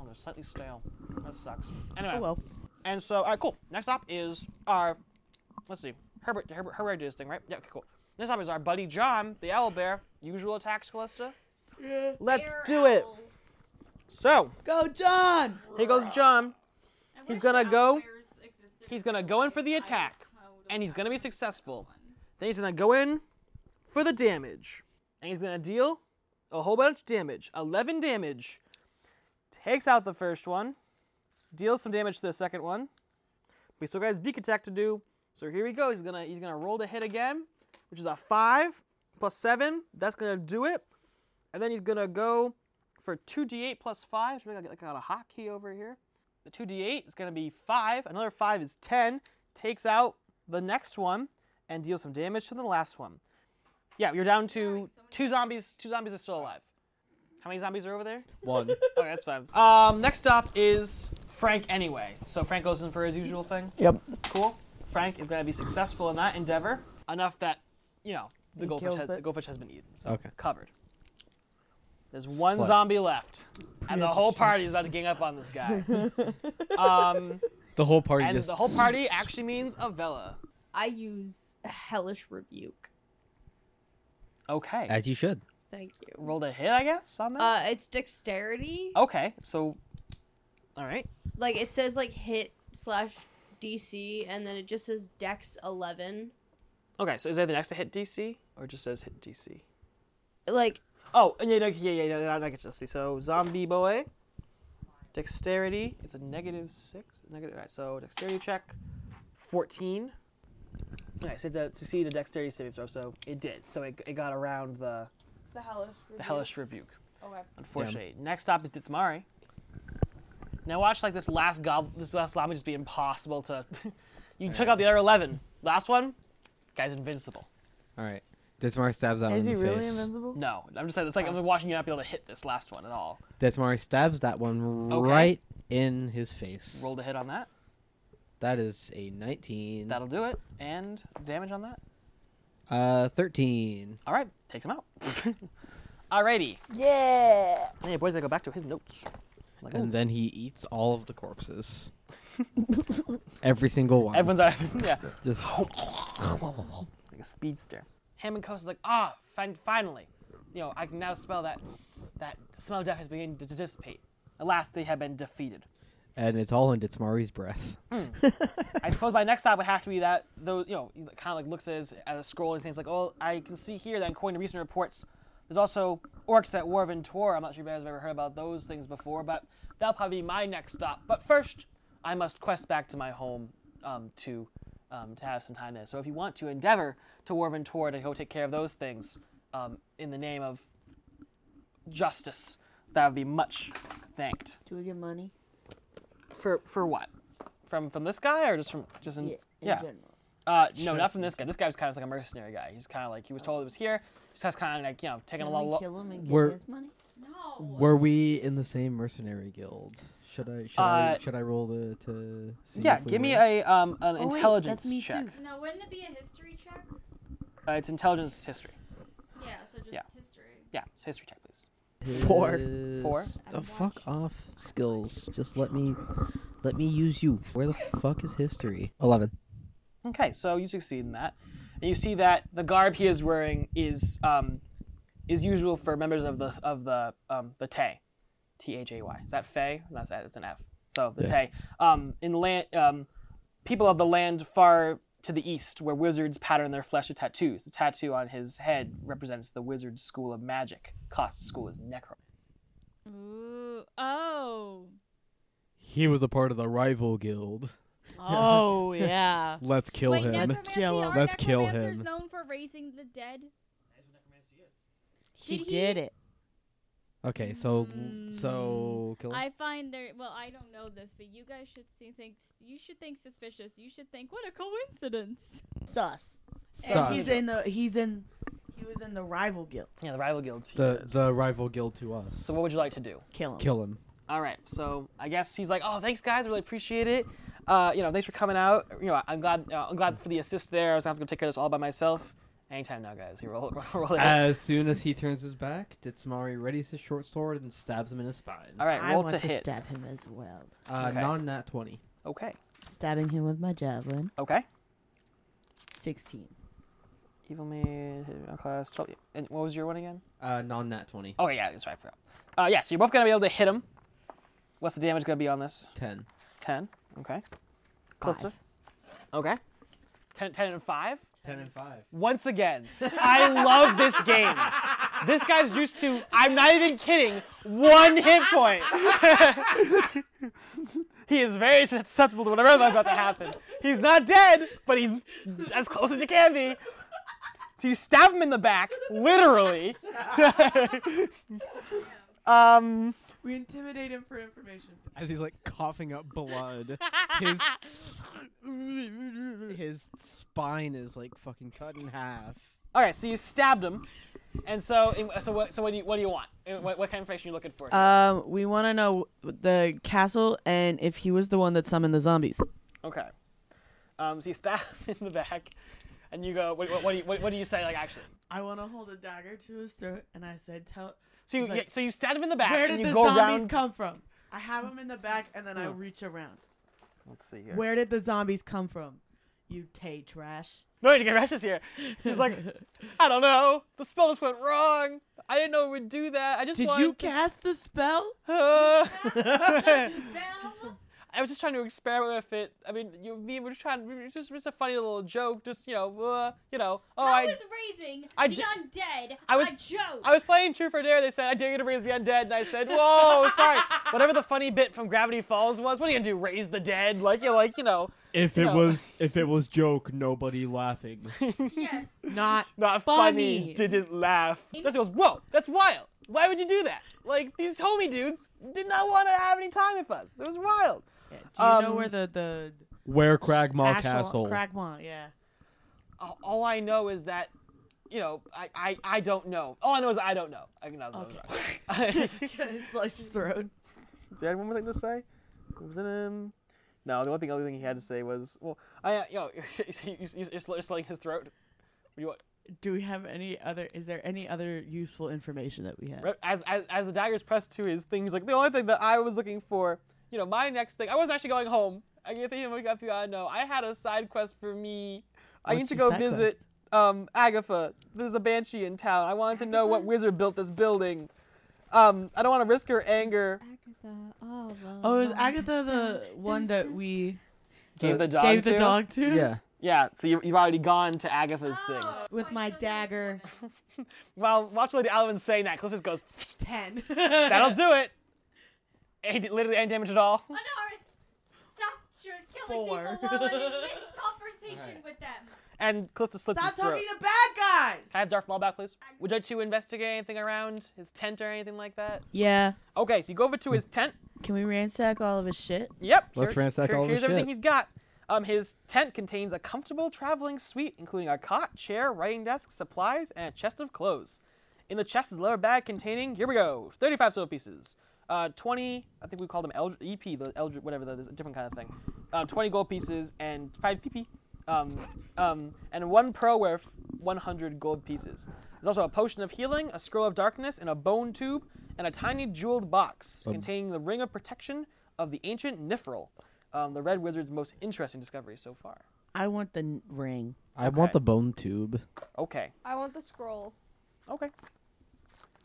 A: they're slightly stale. That sucks. Anyway,
B: Oh well.
A: and so all right, cool. Next up is our. Let's see, Herbert. Herbert, Herbert did his thing, right? Yeah, okay, cool. Next up is our buddy John, the owl bear. Usual attacks, Callista. Yeah. Let's
D: Air
A: do it.
D: owl.
A: So
B: Go, John!
A: here goes John.
D: I
A: He's
D: wish
A: gonna go-
D: owlbears existed
A: He's gonna go in for the
D: I
A: attack,
D: would've
A: and he's
D: had
A: gonna be
D: one.
A: successful. Then he's gonna go in for the damage. And he's gonna deal a whole bunch of damage. 11 damage. Takes out the first one. Deals some damage to the second one. We still got his beak attack to do. So here we go. He's gonna he's gonna roll to hit again, which is a five plus seven. That's gonna do it. And then he's gonna go for two d8 plus five. So we got, got a hotkey over here. The two d8 is gonna be five. Another five is ten. Takes out the next one and deal some damage to the last one. Yeah, you're down to two zombies. Two zombies are still alive. How many zombies are over there? [laughs]
C: One.
A: Okay, that's fine. Um, next up is Frank anyway. So Frank goes in for his usual thing.
B: Yep.
A: Cool. Frank is gonna be successful in that endeavor enough that you know the
B: He
A: goldfish
B: kills
A: has,
B: it.
A: the goldfish has been eaten. So
C: Okay.
A: covered. There's one
C: Slut.
A: zombie
B: [laughs]
A: left, and the whole
B: Pretty
A: party is about to gang up on this
B: [laughs]
A: guy. um,
C: The whole party
A: and
C: just.
A: the whole party actually means Avella.
J: I use hellish rebuke.
A: Okay.
C: As you should.
J: Thank you.
A: rolled a hit, I guess, on that.
J: Uh, it's dexterity.
A: okay, so, all right.
J: Like it says like hit slash DC, and then it just says dex eleven.
A: Okay, so is there the next to hit DC, or it just says hit DC?
J: Like
A: Oh, yeah, no, yeah, yeah, yeah, no, I get you. See, so zombie boy, dexterity. It's a negative six. Negative. All right, so dexterity check, fourteen. All right, so that succeed a dexterity saving throw. So it did. So it, it got around the,
J: the hellish.
A: the hellish rebuke.
J: Okay.
A: Unfortunately, next up is Ditsmari. Now watch like this last gob, this last zombie just be impossible [laughs] to. you took out the other eleven. Last one, guy's invincible.
C: All right. Desmar stabs that
I: Is
C: one
I: he
C: in the
I: really
C: face.
I: invincible?
A: No, I'm just saying it's like I'm watching you not be able to hit this last one at all.
C: Desmar stabs that one
A: Okay.
C: right in his face.
A: Roll to hit on that.
C: That is a 19.
A: That'll do it. And damage on that.
C: Uh, 13.
A: All right, takes him out. [laughs] Alrighty.
I: Yeah.
A: Hey, boys, I go back to his notes. Like, oh.
C: And then he eats all of the
I: [laughs]
C: corpses. Every single one.
A: Everyone's out.
C: [laughs]
A: yeah. [laughs]
C: Just
A: like a speedster. Hammond Coast is like, ah, fin- finally. You know, I can now smell that. That smell of death has begun to dissipate. Alas, they have been defeated.
C: and it's all in Ditsmari's breath.
A: I suppose my next stop would have to be that, though, you know, he kind of like looks at, his, at a scroll and things like, oh, I can see here that according to recent reports, there's also orcs at War of Ventor. I'm not sure if you guys have ever heard about those things before, but that'll probably be my next stop. But first, I must quest back to my home um, to um, to have some time there. So if you want to endeavor to War of Ventor to go take care of those things um, in the name of justice, that would be much thanked.
I: Do we get money?
A: For for what? From from this guy or just from just in
I: Yeah. In
A: Mm. yeah.
I: general.
A: Uh, no, not from this guy. This guy was kind of like a mercenary guy. He's kind of like he was told he was here. He's just kind of like you know taking
I: Can
A: a
I: we
A: long look.
I: kill him and get
C: We're-
A: [laughs]
I: his money?
D: No.
C: Were we in the same mercenary guild? Should I should, I,
A: Uh,
C: should I roll to to see
A: Yeah,
C: if we
A: give me
C: were-
A: a um an
I: Oh, wait,
A: intelligence
I: that's me
A: check.
I: too.
D: No, wouldn't it be a history check?
A: Uh, it's intelligence history.
D: Yeah, so just
A: Yeah.
D: history.
A: Yeah, it's history check, please.
B: Four.
C: His-
A: Four.
C: Oh, fuck off skills. Just let me let me use you. Where the fuck is history? 11.
A: Okay, so you succeed in that, and you see that the garb he is wearing is um is usual for members of the of the um the Tay, T H A Y. Is that Fey? That's that's an F. So the
C: Yeah.
A: Tay. Um, in land um, people of the land far to the east, where wizards pattern their flesh with tattoos. The tattoo on his head represents the wizard school of magic. Cost school is necromancy.
D: Ooh. Oh.
C: He was a part of the rival guild.
A: [laughs]
B: Oh yeah.
C: Let's kill
D: Wait,
C: him.
D: necromancy-
B: Kill him.
D: are
C: Let's kill
D: necromancers
C: him.
D: known for raising the dead.
B: He
D: Did
B: did,
D: he-
B: it.
C: Okay, so so kill him.
D: Mm, I find there. Well, I don't know this, but you guys should see, think. You should think suspicious. You should think what a coincidence.
B: Sus.
C: Sus.
I: And he's in the he's in he was in the rival guild.
A: Yeah, the rival guilds. he
C: the
A: is.
C: the rival guild to us.
A: so what would you like to do?
I: Kill him.
C: kill him.
A: All right, so I guess he's like, "Oh, thanks, guys. I really appreciate it. Uh, you know, thanks for coming out. You know, I'm glad. Uh, I'm glad for the assist there. I was gonna have to go take care of this all by myself. Anytime now, guys. You roll, [laughs] roll it.
C: As soon as he turns his back, Ditsmari readies his short sword and stabs him in his spine.
A: all right,
B: I
A: roll
B: want
A: to,
B: to,
A: hit.
B: stab him as well.
C: Uh,
A: Okay.
C: Non nat 20.
A: Okay.
B: Stabbing him with my javelin.
A: Okay.
I: Sixteen.
A: Evil maid hit on class twelve. And what was your one again?
C: Uh, non nat 20.
A: Oh yeah, that's right. I forgot. Uh, yeah, so you're both gonna be able to hit him. What's the damage gonna be on this?
C: 10.
A: Ten. Okay. Calista? Okay. Ten, ten and five.
C: 10 and 5.
A: Once again, I love this game. This guy's used to, I'm not even kidding, one hit point. [laughs] he is very susceptible to whatever that's about to happen. He's not dead, but he's as close as you can be. So you stab him in the back, literally. [laughs] um,
I: We intimidate him for information.
C: As he's like coughing up
D: [laughs]
C: blood, his, his spine is like fucking cut in half.
A: all right, so you stabbed him. And so, so what, so what, do, you, what do you want? What, what kind of information are you looking for? here?
B: Um, we want to know the castle and if he was the one that summoned the zombies.
A: Okay. Um, so you stab [laughs] him in the back, and you go. What, what, what, do, you, what, what do you say? Like actually,
I: I want to hold a dagger to his throat, and I said, "Tell
A: so you
I: He's like,
A: yeah, so you stab him in the back,
I: where
A: and
I: did
A: you
I: the
A: go
I: zombies
A: around.
I: come from?" I have him in the back, and then I reach around.
A: Let's see here.
I: Where did the zombies come from? You tay trash.
A: No, you get rashes here. He's like, I don't know. The spell just went wrong. I didn't know it would do that. I just
B: Did
A: wanted
B: you
A: to-
B: cast the
I: [laughs]
B: spell?
A: Uh,
D: Bell.
A: [laughs] I was just trying to experiment with it. I mean, you, me, we're trying. It's just, just a funny little joke. Just you know, uh, you know. Oh,
D: I
A: I.
D: was raising
A: I
D: the
A: di-
D: undead.
A: I was-
D: a joke.
A: I was playing True for Dare. They said, "I dare you to raise the undead," and I said, "Whoa, sorry." Whatever the funny bit from Gravity Falls was, what are you gonna do? Raise the dead? Like you, like you know,
C: If
A: it No. was-
C: if it was joke, nobody laughing.
D: yes.
B: Not
A: not funny.
B: Funny.
A: Didn't laugh. Dusty goes, "Whoa, that's wild. Why would you do that? Like these homie dudes did not want to have any time with us. That was wild."
I: Yeah, Do you know
A: Um,
I: where the the
C: Where
I: Ashel- Cragmaw, yeah.
A: A- All I know is that you know, I, I, I don't know. All I know is I don't know. I acknowledge okay. I was wrong.
B: [laughs]
A: [laughs]
B: [laughs] Can I slice his throat?
A: Did I have one more thing to say? Um, No, the one thing, other thing he had to say was, well, I, uh, [laughs] you know, you- you- you're, sl- you're slitting his throat. What do you want?
B: Do we have any other? Is there any other useful information that we have?
A: Right, As, as, as the dagger's pressed to his thing, he's like, the only thing that I was looking for, you know, my next thing, I wasn't actually going home. I get thinking oh wake up, you gotta know. I had a side quest for me. I need
B: What's
A: to
B: your
A: go
B: side
A: visit um, Agatha. There's a banshee in town. I wanted to know what wizard built this building. Um, I don't want to risk her anger.
D: Agatha, all
B: Oh, is Agatha
E: [laughs]
B: the one that we
A: Gave the dog
B: gave
A: to?
B: the dog to?
C: Yeah.
A: Yeah, so you, you've already gone to Agatha's thing.
D: Oh,
B: With my dagger.
A: [laughs] While watch Lady Alvin's saying that, Clifford goes,
B: [laughs] Ten.
A: that'll
B: [laughs]
A: do it. [laughs] And he did literally any damage at all.
D: Oh, no, it's- Stop you're killing
B: Four.
D: people while I'm in this conversation with them.
A: And Calista slits
I: Stop
A: his throat.
I: talking to bad
A: Can I
I: guys.
A: have Darth Maul back, please? Would you like to investigate anything around his tent or anything like that?
B: yeah.
A: Okay, so you go over to his tent.
B: Can we ransack all of his shit?
A: Yep.
C: Hmm. Let's ransack all of
A: Here's
C: his
A: everything
C: shit.
A: he's got. Um, his tent contains a comfortable traveling suite, including a cot, chair, writing desk, supplies, and a chest of clothes. In the chest is a leather bag containing, here we go, 35 silver pieces, uh, 20, I think we call them Eld- EP, the Eldr, whatever that is, a different kind of thing, um, 20 gold pieces, and 5 PP, um, um, and one pearl worth 100 gold pieces. There's also a potion of healing, a scroll of darkness, and a bone tube, and a tiny jeweled box containing the ring of protection of the ancient Nifril, um, the Red Wizard's most interesting discovery so far.
B: I want the n- ring.
C: I want the bone tube.
A: Okay,
G: I want the scroll.
A: okay.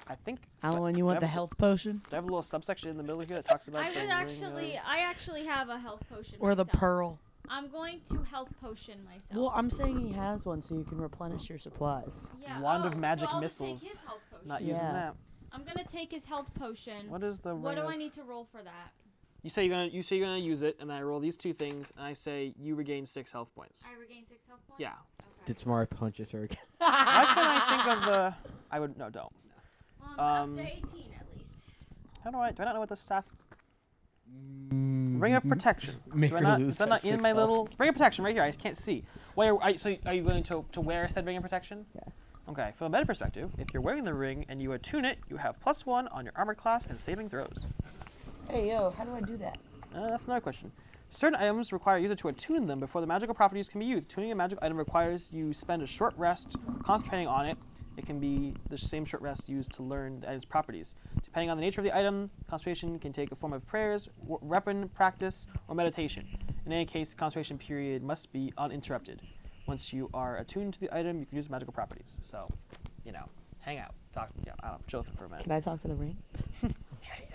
A: I think.
B: Alan,
A: do I
B: you want
A: have
B: the
A: a-
B: health potion
A: Do I have a little subsection in the middle here that talks about?
D: I
A: the
D: would
A: ring
D: actually,
A: of-
D: I actually have a health potion.
B: or the
D: myself.
B: pearl?
D: I'm going to health potion myself.
B: Well, I'm saying he has one, so you can replenish your supplies.
D: Yeah,
A: Wand of
D: oh, so
A: magic
D: I'll just take
A: missiles.
D: his health potion.
A: Not using
B: Yeah.
A: that.
D: I'm gonna take his health potion.
A: What is the
D: What
A: ring
D: do I
A: of-
D: need to roll for that?
A: You say you're gonna you say you're gonna use it, and then I roll these two things, and I say you regain six health [laughs] points.
D: I regain six health points.
A: Yeah.
D: Okay.
C: Did Samara punches her again?
A: Why can I think of the? I would no, don't.
D: Well, I'm
A: Um,
D: up to 18 at least.
A: How do I? Do I not know what the staff? Ring of protection.
C: Make
A: Do I
C: her
A: not,
C: lose
A: is that
C: that
A: not in
C: six
A: my
C: health.
A: little ring of protection right here? I just can't see. Why are, are you- so are you willing to, to wear said ring of protection? Yeah. Okay. From a meta perspective, if you're wearing the ring and you attune it, you have plus one on your armor class and saving throws.
E: Hey, yo, how do I do that?
A: Uh, that's another question. Certain items require a user to attune them before the magical properties can be used. Tuning a magical item requires you spend a short rest concentrating on it. It can be the same short rest used to learn the item's properties. Depending on the nature of the item, concentration can take a form of prayers, w- weapon practice, or meditation. In any case, the concentration period must be uninterrupted. Once you are attuned to the item, you can use magical properties. So, you know, hang out, talk, yeah, I don't know, chill with it for a minute.
I: Can I talk to the ring?
A: Hey, you doing?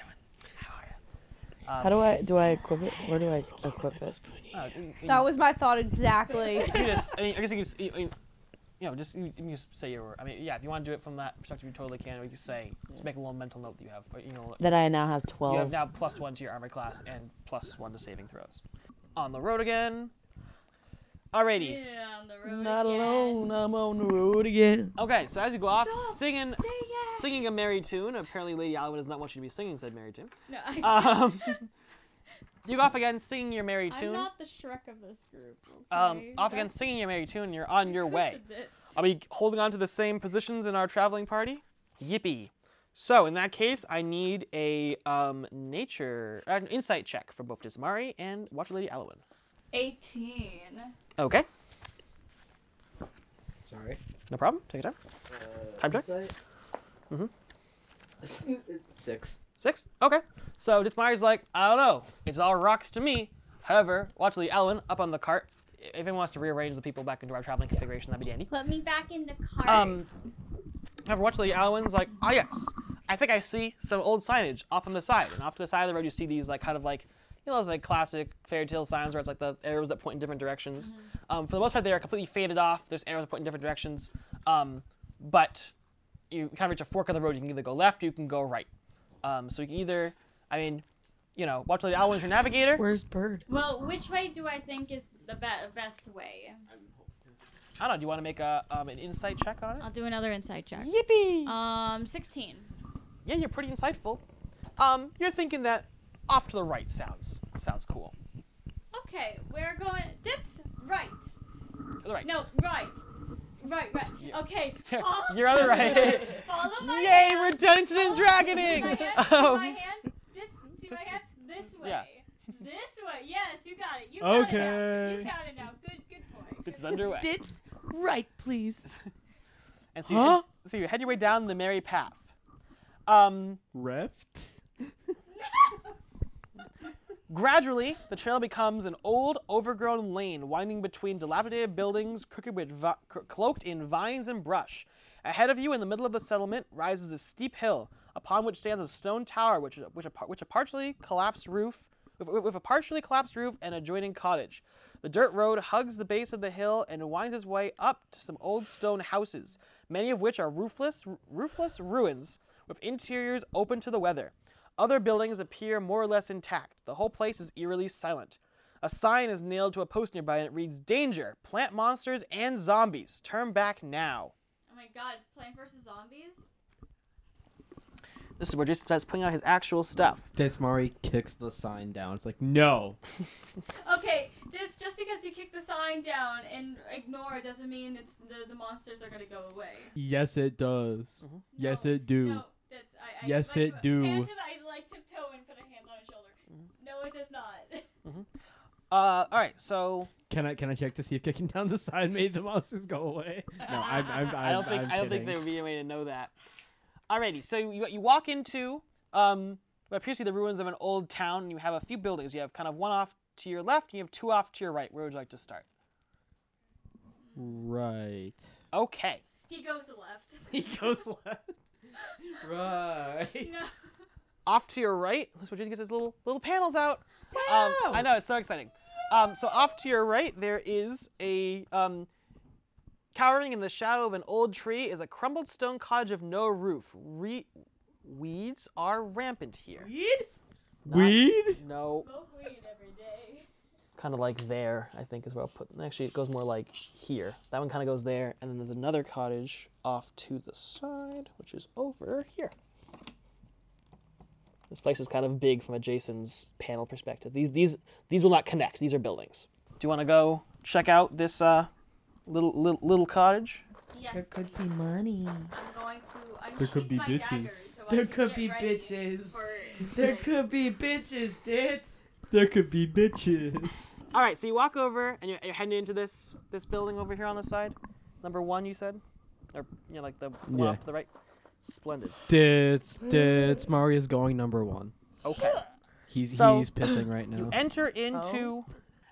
A: Um,
I: How do I do I equip it? Where do I equip it?
A: Oh, you- you-
G: That was my thought exactly.
A: you just, I, mean, I guess you can just, you, you you know, just you, you can just say your. I mean, yeah, if you want to do it from that perspective, you totally can. Or you can say, just make a little mental note that you have. But you know,
I: That I now have twelve.
A: you have now plus one to your armor class and plus one to saving throws. On the road again. Alrighty. s-
D: Yeah, on the road
B: Not
D: again.
B: alone. I'm on the road again.
A: Okay, so as you go off, singing, singing a merry tune. Apparently, Lady Alwyn does not want you to be singing said merry tune.
D: No, I,
A: Um, [laughs] you go off again, singing your merry
D: I'm
A: tune.
D: not the Shrek of this group.
A: um,
D: okay?
A: off
D: That's
A: again, singing your merry tune. You're on
D: [laughs]
A: your way.
D: the bits.
A: Are we holding on to the same positions in our traveling party? Yippee. So in that case, I need a um, nature, uh, an insight check for both Dismari and Watcher Lady Alowin.
D: 18.
A: Okay,
C: Sorry.
A: no problem. Take your time.
C: Uh,
A: Time check. Mm-hmm.
C: Six.
A: Six. Okay. So Dismari's like, I don't know. It's all rocks to me. However, Watcher Lady Alowin up on the cart. If anyone wants to rearrange the people back into our traveling configuration, that'd be dandy.
D: Put me back in the cart.
A: Um, however, Watcher Lady Alwyn's like, ah, yes, I think I see some old signage off on the side. And off to the side of the road, you see these, like, kind of like, you know, those, like, classic fairy tale signs where it's like the arrows that point in different directions. Um, for the most part, they are completely faded off. There's arrows that point in different directions. Um, but you kind of reach a fork of the road. You can either go left or you can go right. Um, so you can either, I mean, you know, Watcher Lady Alwyn's your navigator.
B: Where's Bird?
D: well, which way do I think is the be- best way?
A: I don't know. Do you want to make a, um, an insight check on it?
D: I'll do another insight check.
A: Yippee!
D: Um, 16.
A: yeah, you're pretty insightful. Um, you're thinking that off to the right sounds sounds cool.
D: Okay, we're going. That's right.
A: To the right.
D: No, right. right, right. Okay. follow-
A: [laughs] You're on the right. [laughs]
D: Follow my
A: Yay,
D: hand.
A: we're Dungeons and
D: [laughs] My
A: Dragoning!
D: hand, my
A: [laughs] Um,
D: hand. This, see my hand? This way.
A: Yeah.
D: This way. Yes, you got it. You got it now.
C: Okay.
D: You got it now. Good, good point.
A: it's underway.
B: Dits right, please.
A: And so you,
I: Huh?
A: so you head your way down the merry path. Um,
I: Reft?
A: gradually, the trail becomes an old, overgrown lane winding between dilapidated buildings crooked with vi- cro- cloaked in vines and brush. Ahead of you, in the middle of the settlement, rises a steep hill upon which stands a stone tower, which which a, par- which a partially collapsed roof, with, with a partially collapsed roof and adjoining cottage. The dirt road hugs the base of the hill and winds its way up to some old stone houses, many of which are roofless, roofless ruins with interiors open to the weather. Other buildings appear more or less intact. The whole place is eerily silent. A sign is nailed to a post nearby and it reads Danger, plant monsters and zombies. Turn back now.
D: Oh my god, it's Plant vs. Zombies?
A: This is where Jason starts putting out his actual stuff.
C: Detsmari kicks the sign down. It's like, no.
D: Okay, this, just because you kick the sign down and ignore it doesn't mean it's the, the monsters are gonna go away.
K: Yes, it does.
A: Mm-hmm.
K: Yes,
D: No,
K: it do.
D: No, that's, I, I
K: Yes,
D: like to-
K: it do.
D: Hand to the, I like tiptoe and put a hand on his shoulder.
I: Mm.
D: No, it does not. [laughs]
A: Uh, all right, so
K: Can I can I check to see if kicking down the sign made the monsters go
D: [laughs]
K: away? No, I'm, I'm, I'm
A: I don't think
K: I'm
A: I don't think
K: kidding.
A: there would be a way to know that. Alrighty, so you, you walk into um, what appears to be the ruins of an old town, and you have a few buildings. You have kind of one off to your left, and you have two off to your right. Where would you like to start?
K: Right.
A: Okay.
D: He goes to left.
K: [laughs] He
D: [laughs]
K: goes left.
C: [laughs] Right.
D: no.
A: off to your right, that's where Jason gets his little little panels out. Um, I know it's so exciting. Um, so off to your right, there is a um, cowering in the shadow of an old tree is a crumbled stone cottage of no roof. Re- weeds are rampant here. Not-
K: Weed.
A: No,
D: Smoke weed every day.
A: kind of like there, I think is where I'll put. Actually, it goes more like here. That one kind of goes there, and then there's another cottage off to the side, which is over here. This place is kind of big from a Jason's panel perspective. These these these will not connect. These are buildings. Do you want to go check out this uh, little, little little cottage?
D: Yes,
I: There could be money.
D: I'm going to. I'm
K: There could
D: sheath
K: be
D: my
K: bitches.
D: Dagger, so I
I: There
D: can
I: could
D: get
I: be
D: ready [laughs]
I: bitches.
D: For,
I: There
D: for-
I: could be bitches, tits.
K: There could be bitches.
A: All right, so you walk over and you're, you're heading into this this building over here on the side, number one, you said, or you know, like the one
K: Yeah.
A: off to the right. Splendid.
K: Dits, dits. Mario's going number one.
A: Okay.
K: He's
A: So-
K: he's pissing right now.
A: [clears throat] You enter into.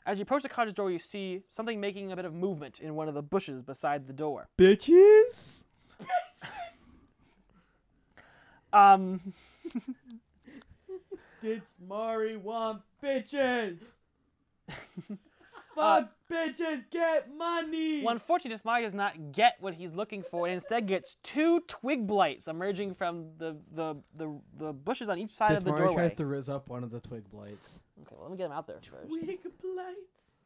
A: As you approach the cottage door, you see something making a bit of movement in one of the bushes beside the door.
K: bitches.
A: Um, [laughs]
I: It's Mari want bitches. Fuck
A: Uh,
I: bitches, get money.
A: well, unfortunately, Smog does not get what he's looking for, and instead gets two twig blights emerging from the the, the, the bushes on each side
K: Dits
A: of the
K: Mario
A: doorway.
K: tries to riz up one of the twig blights.
A: Okay, well, let me get him out there first.
I: Wig blights.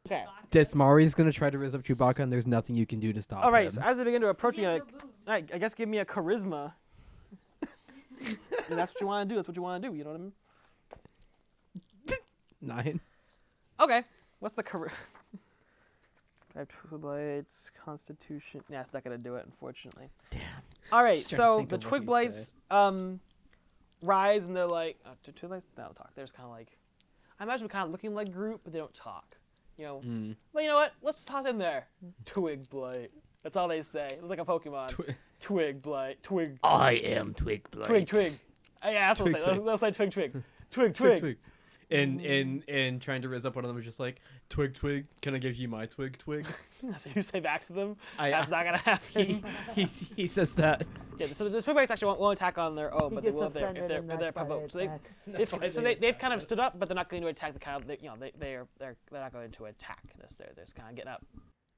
A: Okay.
C: Detsmari's gonna try to riz up Chewbacca, and there's nothing you can do to stop
A: All right. So uh,
C: [laughs] him.
A: as they begin to approach
D: He
A: you,
D: has
A: like,
D: no boobs.
A: all right, I guess give me a charisma. And that's what you want to do. That's what you want to do. You know what I mean?
K: Nine.
A: Okay. What's the [laughs] career? I have twig blights, constitution. Yeah, it's not gonna do it, unfortunately. Damn. All right,
C: Just trying to
A: so
C: think
A: the
C: of what
A: twig
C: you
A: blights
C: say.
A: um, rise and they're like, uh, do twig blights? That'll talk. They're just kind of like, I imagine them kind of looking like group, but they don't talk. You know. Well, you know what? Let's toss in there. Twig blight. That's all they say. It's like a Pokemon. Twig, blight. Twig.
F: I am Twig Blight.
A: Twig. Twig. Uh, yeah, that's what
K: Twig,
A: they'll say. They'll,
K: twig.
A: they'll say twig. Twig. Twig. Twig. Mm.
K: And and and trying to riz up one of them was just like twig twig. Can I give you my twig twig?
A: So you say back to them.
K: I-
A: [laughs] that's
E: [laughs]
A: not gonna happen. [laughs]
K: he, he he says that.
A: Yeah, so the Twigbites actually won't, won't attack on their own, but they
E: gets
A: will if they're, if
E: offended
A: they're,
E: and
A: if they're
E: that's why they
A: provoked. So, they,
E: attack.
A: if- so they, they've kind of stood up, but they're not going to attack the kind of, they, you know, they, they're, they're, they're not going to attack necessarily. They're just kind of getting up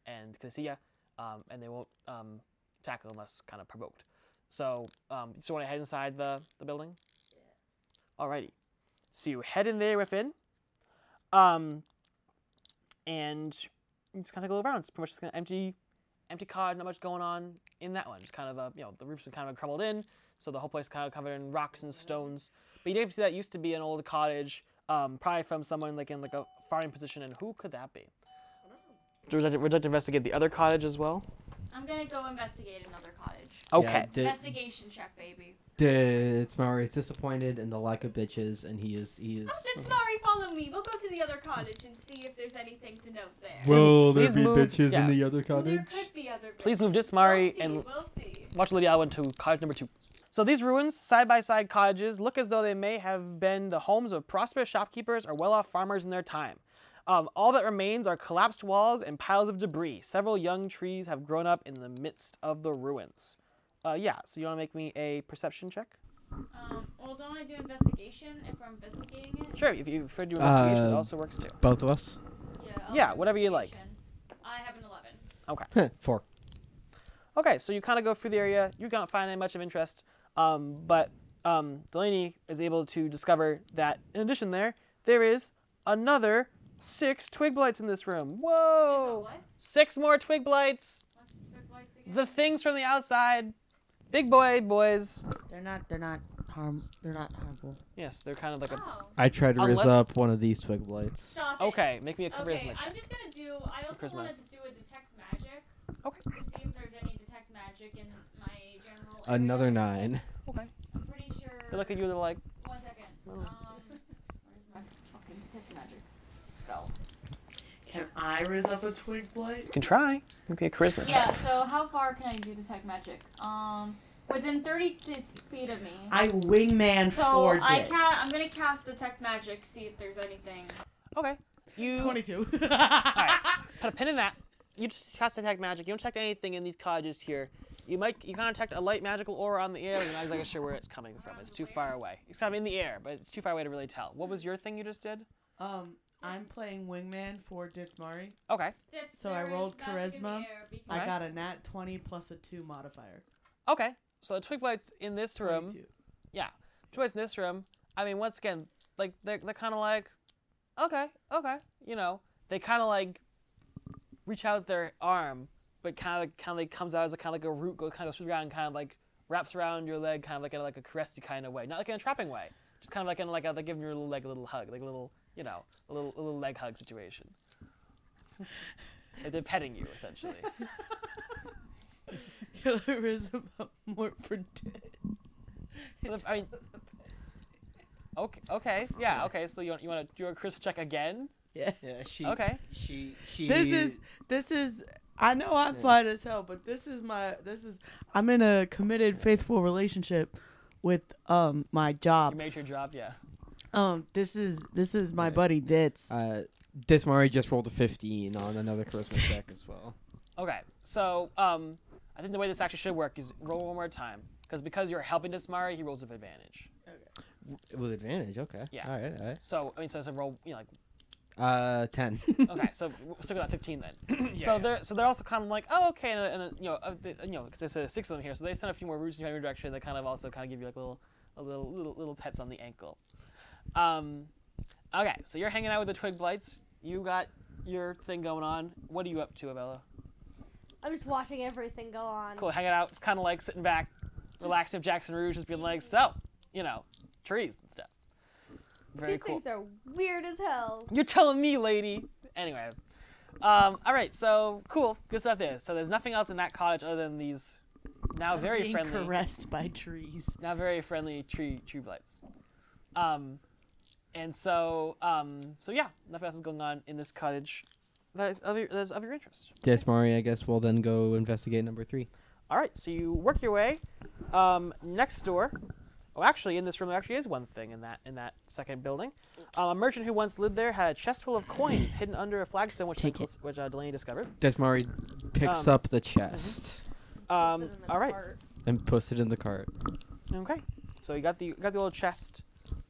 A: and can see ya, um, and they won't um, tackle unless kind of provoked. So, um, so you want to head inside the, the building? Alrighty. So you head in there within, um, and you just kind of go around. It's pretty much just an empty, empty cottage. Not much going on in that one. It's kind of a, you know, the roof's been kind of crumbled in, so the whole place kind of covered in rocks and stones. But you did see that used to be an old cottage, um, probably from someone like in like a farming position. And who could that be? Would you like to- would you like to investigate the other cottage as well?
D: Uh, I'm gonna go investigate another cottage.
C: Okay. Yeah, did-
D: Investigation check, baby.
C: It's Maori is disappointed in the lack of bitches, and he is he is.
D: Oh, did Smari follow me? We'll go to the other cottage and see if there's anything to note there.
K: Will there
A: Please
K: be
A: move-
K: bitches
A: yeah.
K: in the other cottage?
D: There could be other.
A: Please move to
D: bitches.
A: Smari
D: We'll see,
A: and
D: we'll see.
A: watch Lady Island to cottage number two. So these ruins, side by side cottages, look as though they may have been the homes of prosperous shopkeepers or well off farmers in their time. Um, all that remains are collapsed walls and piles of debris. Several young trees have grown up in the midst of the ruins. Uh, yeah, so you want to make me a perception check?
D: Um, well, don't I do investigation if we're investigating it?
A: Sure, if you prefer to do investigation, it
C: Uh,
A: also works too.
C: Both of us.
D: Yeah. I'll
A: Yeah,
D: do
A: whatever you like.
D: investigation. I have an eleven.
A: Okay.
C: [laughs] Four.
A: Okay, so you kind of go through the area. You can't find any much of interest, um, but um, Delaney is able to discover that in addition, there there is another six twig blights in this room. Whoa! Six more twig blights. The things from the outside, big boy boys.
I: They're not. They're not harm. They're not harmful.
A: Yes, they're kind of like a.
C: I try to
A: Unless-
C: rizz up one of these twig blights.
D: Oh, Stop it.
A: Okay, make me a
D: Okay,
A: charisma
D: I'm
A: check.
D: just gonna do. I also
A: Charisma.
D: wanted to do a detect magic.
A: Okay.
D: To see if there's any detect magic in my general. area.
C: Another nine.
A: Okay.
D: I'm pretty sure.
A: They look at you. Oh. They're like,
D: One second. Um, [laughs] where's my fucking detect magic spell?
B: Can I raise up a twig blight?
A: you can try. Make me a charisma
D: Yeah.
A: check.
D: So how far can I do detect magic? Um, within 30 th- feet of me.
B: I wingman
D: so
B: four dicks.
D: I can. I'm gonna cast detect magic. See if there's anything.
A: Okay. You.
I: [laughs]
B: Twenty-two.
A: Put a pin in that. You just cast detect magic. You don't detect anything in these cottages here. You might you kind of detect a light magical aura on the air, but you're not exactly sure where it's coming from. It's too far away. It's kind of in the air, but it's too far away to really tell. What was your thing you just did?
I: Um, I'm playing wingman for Ditzmari.
A: Okay.
I: So I rolled charisma. I
A: Okay.
I: got a nat twenty plus a two modifier.
A: Okay. So the twig blights in this room.
I: 22.
A: Yeah. Twig blights in this room. I mean, once again, like they're they're kind of like, okay, okay, you know, they kind of like reach out their arm, but kind of kind of like comes out as a kind of like a root, go kind of goes through the ground, and kind of like wraps around your leg, kind of like in a, like a caressy kind of way, not like in a trapping way, just kind of like in like a, like giving your little leg a little hug, like a little you know a little a little leg hug situation. Like they're petting you essentially.
B: Can I raise
I: [laughs]
B: up more for dick?
A: I mean, okay, okay, yeah, okay. So you want, you want to do a Chris check again?
B: Yeah.
C: Yeah, she.
A: Okay.
C: She. She.
I: This is this is. I know I'm fine as hell, but this is my this is. I'm in a committed, faithful relationship with um my
A: You
I: job.
A: made your job, yeah.
I: Um, this is this is my
C: Yeah.
I: buddy Ditz.
C: Uh, this Mari just rolled a 15 on
A: [laughs]
C: another charisma check as well.
A: Okay, so um, I think the way this actually should work is roll one more time, because because you're helping Desmari, he rolls with advantage.
C: With advantage, okay.
A: Yeah.
C: All right, all right.
A: So I mean, so, so roll, you know, like
C: Uh, 10. [laughs]
A: okay, so we'll stick with that 15 then. so they're so they're also kind of like, oh, okay, and, uh, and uh, you know, uh, they, you know, because there's uh, six of them here, so they send a few more roots in your direction. They kind of also kind of give you like little, a little, little, little pets on the ankle. Um, okay, so you're hanging out with the twig blights. You got your thing going on. What are you up to, Abella?
G: I'm just watching everything go on.
A: Cool, hanging out. It's kind of like sitting back, relaxing. with Jackson Rouge just being like, so, you know, trees and stuff. Very
G: These
A: cool.
G: things are weird as hell.
A: You're telling me, lady. Anyway, um, all right. So cool, good stuff there. So there's nothing else in that cottage other than these
I: Oh,
A: now very
B: Being
A: friendly,
B: Caressed by trees.
A: now very friendly tree tree blights. Um, and so um, so yeah, nothing else is going on in this cottage. That's of your, that's of your interest.
C: This Mari, I guess, will then go investigate number three.
A: All right, so you work your way um, next door. Oh, actually, in this room there actually is one thing in that in that second building. Um, a merchant who once lived there had a chest full of coins hidden under a flagstone, which
B: Take it.
A: Nicholas- which uh, Delaney discovered.
C: Desmari picks
A: Um, mm-hmm.
C: up the chest
A: [laughs]
J: [laughs]
A: Um,
J: in the
A: all right.
J: cart.
C: and puts it in the cart.
A: Okay. So you got the you got the little chest,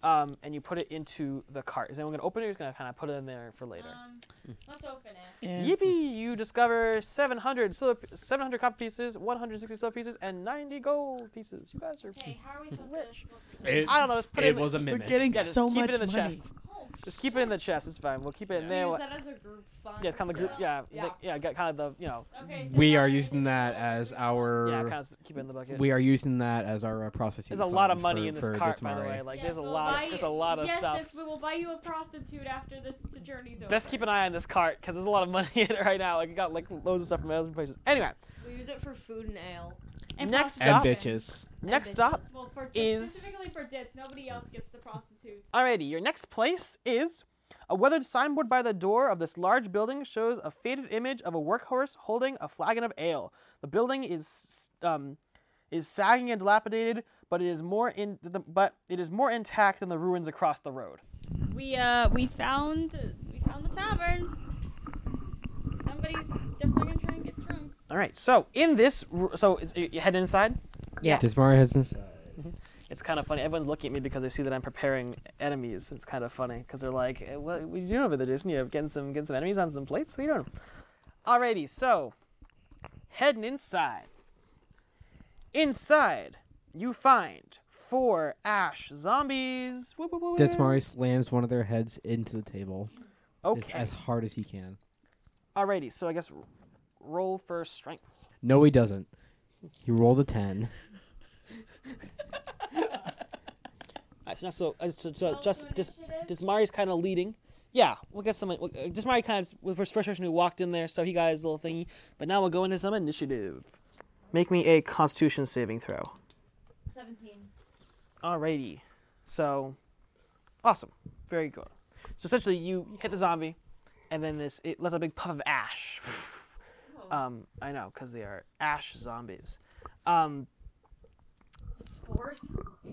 A: um, and you put it into the cart. Is anyone gonna open it? Or is gonna kind of put it in there for later.
D: Um, let's open it.
B: Um,
I: And
A: Yippee! You discover 700 silver, 700 copper pieces, 160 silver pieces, and 90 gold pieces. You guys are.
D: Okay, how are we supposed to? Look this up?
K: It,
A: I don't know. Just put it.
K: it
A: in the-
K: was a
I: we're
K: mimic.
I: getting
A: Yeah, just
I: so
A: keep
I: much
A: it in the
I: money.
A: chest.
D: Oh
A: Just keep it in the chest. It's fine. We'll keep it in there.
J: Use
A: We'll-
J: that as a group fund.
A: yeah, kind of group. Yeah,
J: Yeah.
A: like- yeah, got kind of the you know.
C: we are using that as our.
A: Yeah, kind of keep it in the bucket.
C: We are using that as our uh, prostitute.
A: There's a lot of
C: fund
A: money
C: for-
A: in this
C: for
A: cart, by the
C: Ditsumari.
A: way. Like, there's a
D: we'll
A: lot.
D: buy
A: There's
D: you-
A: a lot of
D: yes,
A: stuff.
D: Yes, we will buy you a prostitute after this journey's over.
A: Best keep an eye on this cart because there's a lot of money in it right now. Like, I got like loads of stuff from other places. Anyway,
J: We use it for food and ale.
A: next
C: And
A: stop.
C: bitches.
A: Next stop
D: Well, for
A: is
D: specifically for dits, nobody else gets the prostitutes.
A: Alrighty, your next place is a weathered signboard by the door of this large building shows a faded image of a workhorse holding a flagon of ale. The building is um, is sagging and dilapidated, but it is more in the, but it is more intact than the ruins across the road.
D: We uh we found we found the tavern. Somebody's definitely gonna try and get drunk.
A: All right, so in this, ru- so is, you you head inside.
C: Yeah. Ditsumari has inside.
A: It's kind of funny. Everyone's looking at me because they see that I'm preparing enemies. It's kind of funny because they're like, "Eh, "What, what are you doing over there, Jason? You getting some getting some enemies on some plates? What are you doing?" Alrighty, so heading inside. Inside, you find four ash zombies. Woo, woo, woo, woo.
C: Ditsumari slams one of their heads into the table. as-
A: Okay.
C: As hard as he can.
A: Alrighty, so I guess r- roll for strength.
C: No, he doesn't. He rolled a ten.
A: Uh, so, so, uh, so, so just just Dismari's kind of leading. Yeah, we'll get some. Uh, Dismari kind of was the first person who walked in there, so he got his little thingy. But now we'll go into some initiative. Make me a Constitution saving throw.
D: Seventeen.
A: Alrighty, so awesome, very good. So essentially, you hit the zombie, and then this it lets a big puff of ash. [laughs] um, I know because they are ash zombies. Um,
D: Spores.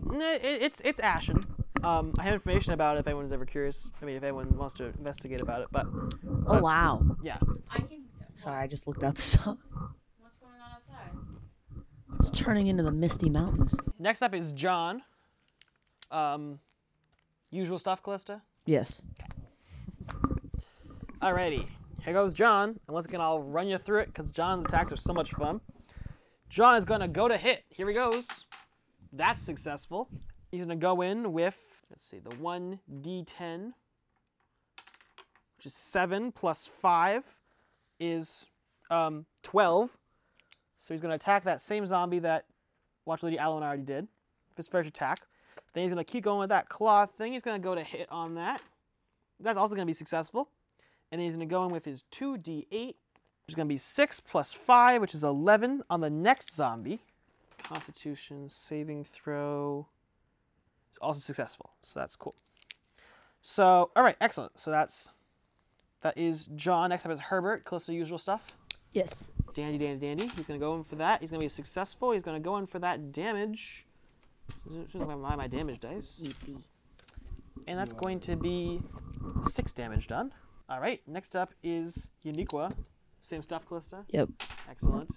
A: No, it, it's it's ashen. Um, I have information about it if anyone's ever curious. I mean, if anyone wants to investigate about it, but.
B: Oh
A: but-
B: wow.
A: Yeah.
D: I can.
B: Sorry, I just looked [laughs] outside.
D: What's going on outside?
B: It's turning into the misty mountains.
A: Next up is John. Um, usual stuff, Callista.
B: Yes.
A: Alrighty, here goes John, and once again I'll run you through it because John's attacks are so much fun. John is gonna go to hit. Here he goes. That's successful. He's gonna go in with let's see the one d10, which is seven plus five is um, twelve. So he's gonna attack that same zombie that Watch Lady Allen already did. with His first attack. Then he's gonna keep going with that claw thing. He's gonna go to hit on that. That's also gonna be successful. And then he's going to go in with his 2d8, which is going to be 6 plus 5, which is 11 on the next zombie. Constitution saving throw is also successful, so that's cool. So, all right, excellent. So that's that is John. Next up is Herbert. Calista, usual stuff.
B: Yes.
A: Dandy, dandy, dandy. He's going to go in for that. He's going to be successful. He's going to go in for that damage. My, my damage dice. And that's going to be six damage done. All right, next up is Uniqua. Same stuff, Callista?
I: [laughs]
B: Yep.
A: Excellent.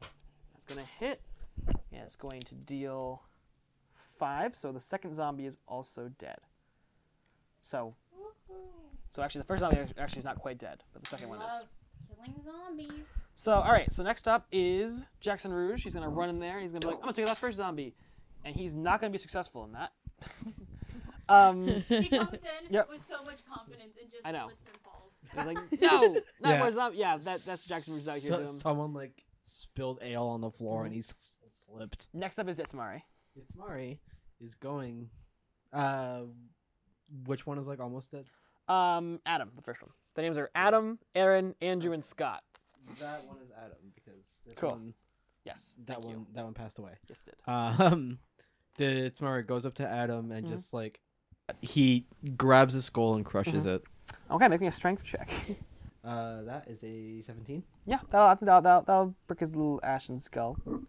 A: That's going to hit. And it's going to deal five. So the second zombie is also dead. So, so actually, the first zombie act- actually is not quite dead, but the second one is.
D: Love killing zombies.
A: So, all right. So next up is Jackson Rouge. He's gonna run in there. and He's gonna be like, "I'm gonna take that first zombie," and he's not gonna be successful in that. [laughs] um,
D: [laughs] He comes in
A: [laughs] Yep.
D: with so much confidence and just
A: I know.
D: slips and falls.
A: he's [laughs] like, "No, not
C: Yeah.
A: more zombie." Yeah, that, that's Jackson Rouge out here.
C: So-
A: doing.
C: someone like spilled ale on the floor and he s- slipped.
A: Next up is Ditsumari.
C: Itzmari is going. Uh, which one is like almost dead?
A: Um, Adam, the first one. The names are Adam, Aaron, Andrew, and Scott.
C: That one is Adam because this
A: Cool.
C: one,
A: Yes,
C: that
A: thank you.
C: one that one passed away.
A: Yes, did.
C: Um, the Itzmari goes up to Adam
A: Mm-hmm.
C: and just like he grabs his skull and crushes
A: Mm-hmm.
C: it.
A: Okay, make me a strength check.
C: Uh, that is a seventeen.
A: yeah, that'll, I think that'll, that'll that'll brick his little ashen skull. Um,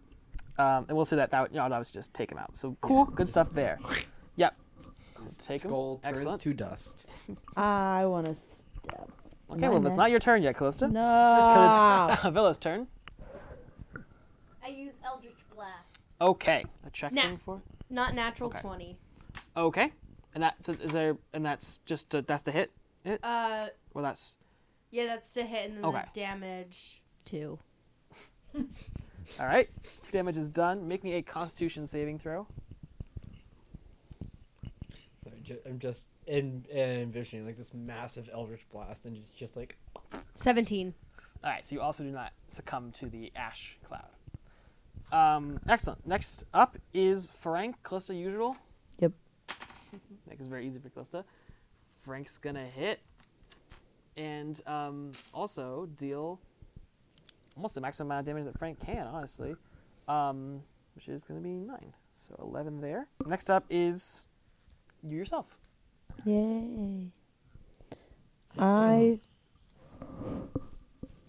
A: and we'll see that that would, you know, that was just take him out. So cool, good stuff there. Yep. Take him.
C: Skull turns
A: Excellent.
C: to dust.
I: I want to step.
A: Okay, well, it's not your turn yet, Callista.
I: No.
A: [laughs] 'Cause it's [laughs] Villa's turn.
J: I use Eldritch Blast.
A: Okay. A check
J: Nah.
A: thing for.
J: Not natural
A: Okay.
J: 20.
A: Okay. And that so is there, and that's just a, that's the hit. It
J: Uh,
A: well, that's
J: yeah, that's to hit and then
A: Okay.
J: the damage. Two.
A: all right. Two damage is done. Make me a Constitution saving throw.
C: Third
K: ju- I'm just in, envisioning like this massive eldritch blast, and it's just like
J: 17.
A: All right, so you also do not succumb to the ash cloud. Um, excellent. Next up is Frank, Calista usual.
B: Yep.
A: [laughs] That is very easy for Calista. Frank's gonna hit, and um, also deal almost the maximum amount of damage that Frank can, honestly, um, which is gonna be nine. So eleven there. Next up is you yourself.
I: Yay. I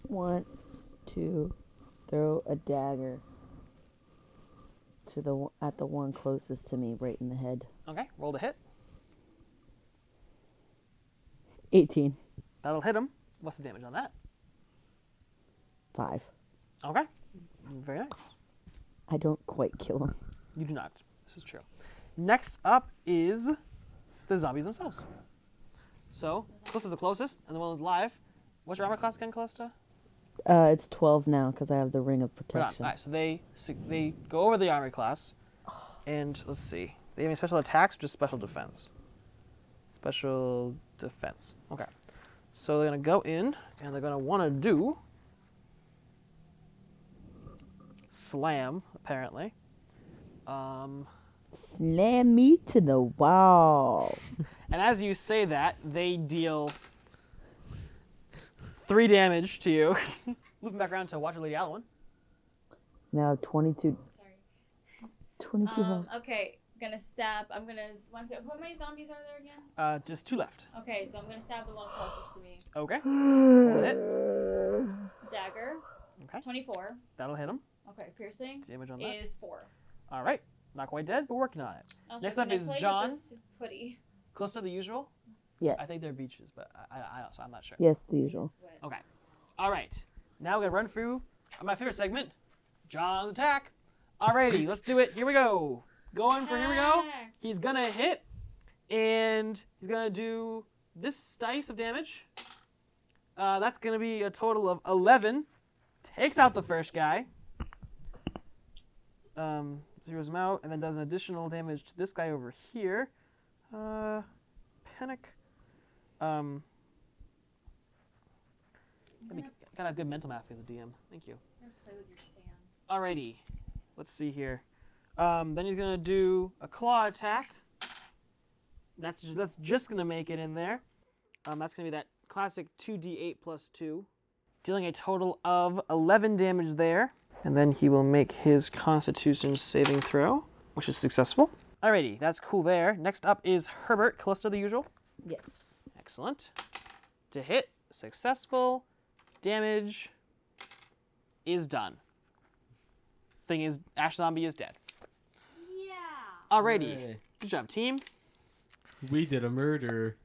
L: want to throw a dagger to the one- at the one closest to me, right in the head.
A: Okay, roll to hit.
L: Eighteen.
A: That'll hit him. What's the damage on that?
L: Five.
A: Okay, very nice.
L: I don't quite kill him.
A: You do not. This is true. Next up is the zombies themselves. So, this is the closest, and the one who's live. What's your armor class again, Callista?
L: Uh, it's twelve now because I have the ring of
A: Right on.
L: protection.
A: All right, so they so they go over the armor class, and let's see. They have any special attacks or just special defense? Special defense. Okay. So they're gonna go in, and they're gonna want to do slam apparently. Um,
L: Slam me to the wall.
A: And as you say that, they deal three damage to you. [laughs] Looping back around to Watcher Lady Alwyn.
L: now twenty-two. Twenty-two.
D: Um,
L: health.
D: okay, gonna stab. I'm gonna. One, two, how many zombies are there again?
A: Uh, just two left.
D: Okay, so I'm gonna stab the one closest to me.
A: Okay. That'll hit.
D: Dagger.
A: Okay.
D: 24.
A: That'll hit him.
D: Okay, piercing.
A: Damage on that.
D: Is 4.
A: All right. Not quite dead, but working on it.
D: Also,
A: Next
D: can
A: up
D: I
A: is
D: play with
A: John.
D: this Putty.
A: Close to the usual.
L: Yes.
A: I think they're beaches, but I, I, I don't, so I'm not sure.
L: Yes, the
B: Oh.
L: usual.
A: Okay. All right. Now we're gonna run through my favorite segment, John's attack. Alrighty, let's do it. Here we go. Going for here we go. He's gonna hit, and he's gonna do this dice of damage. Uh, that's gonna be a total of eleven. Takes out the first guy. Um, zeroes him out, and then does an additional damage to this guy over here. Uh, panic. Um, let me got a good mental math as a DM. Thank you.
D: I'm gonna play with your sand.
A: Alrighty, let's see here. Um, then he's gonna do a claw attack. That's just, that's just gonna make it in there. Um, that's gonna be that classic two d eight plus two, dealing a total of eleven damage there. And then he will make his Constitution saving throw, which is successful. Alrighty, that's cool there. Next up is Herbert, Callisto the usual.
L: Yes.
A: Excellent. To hit, successful. Damage is done. Thing is, Ash Zombie is dead. Yeah. Alrighty. Good job, team.
K: we did a murder.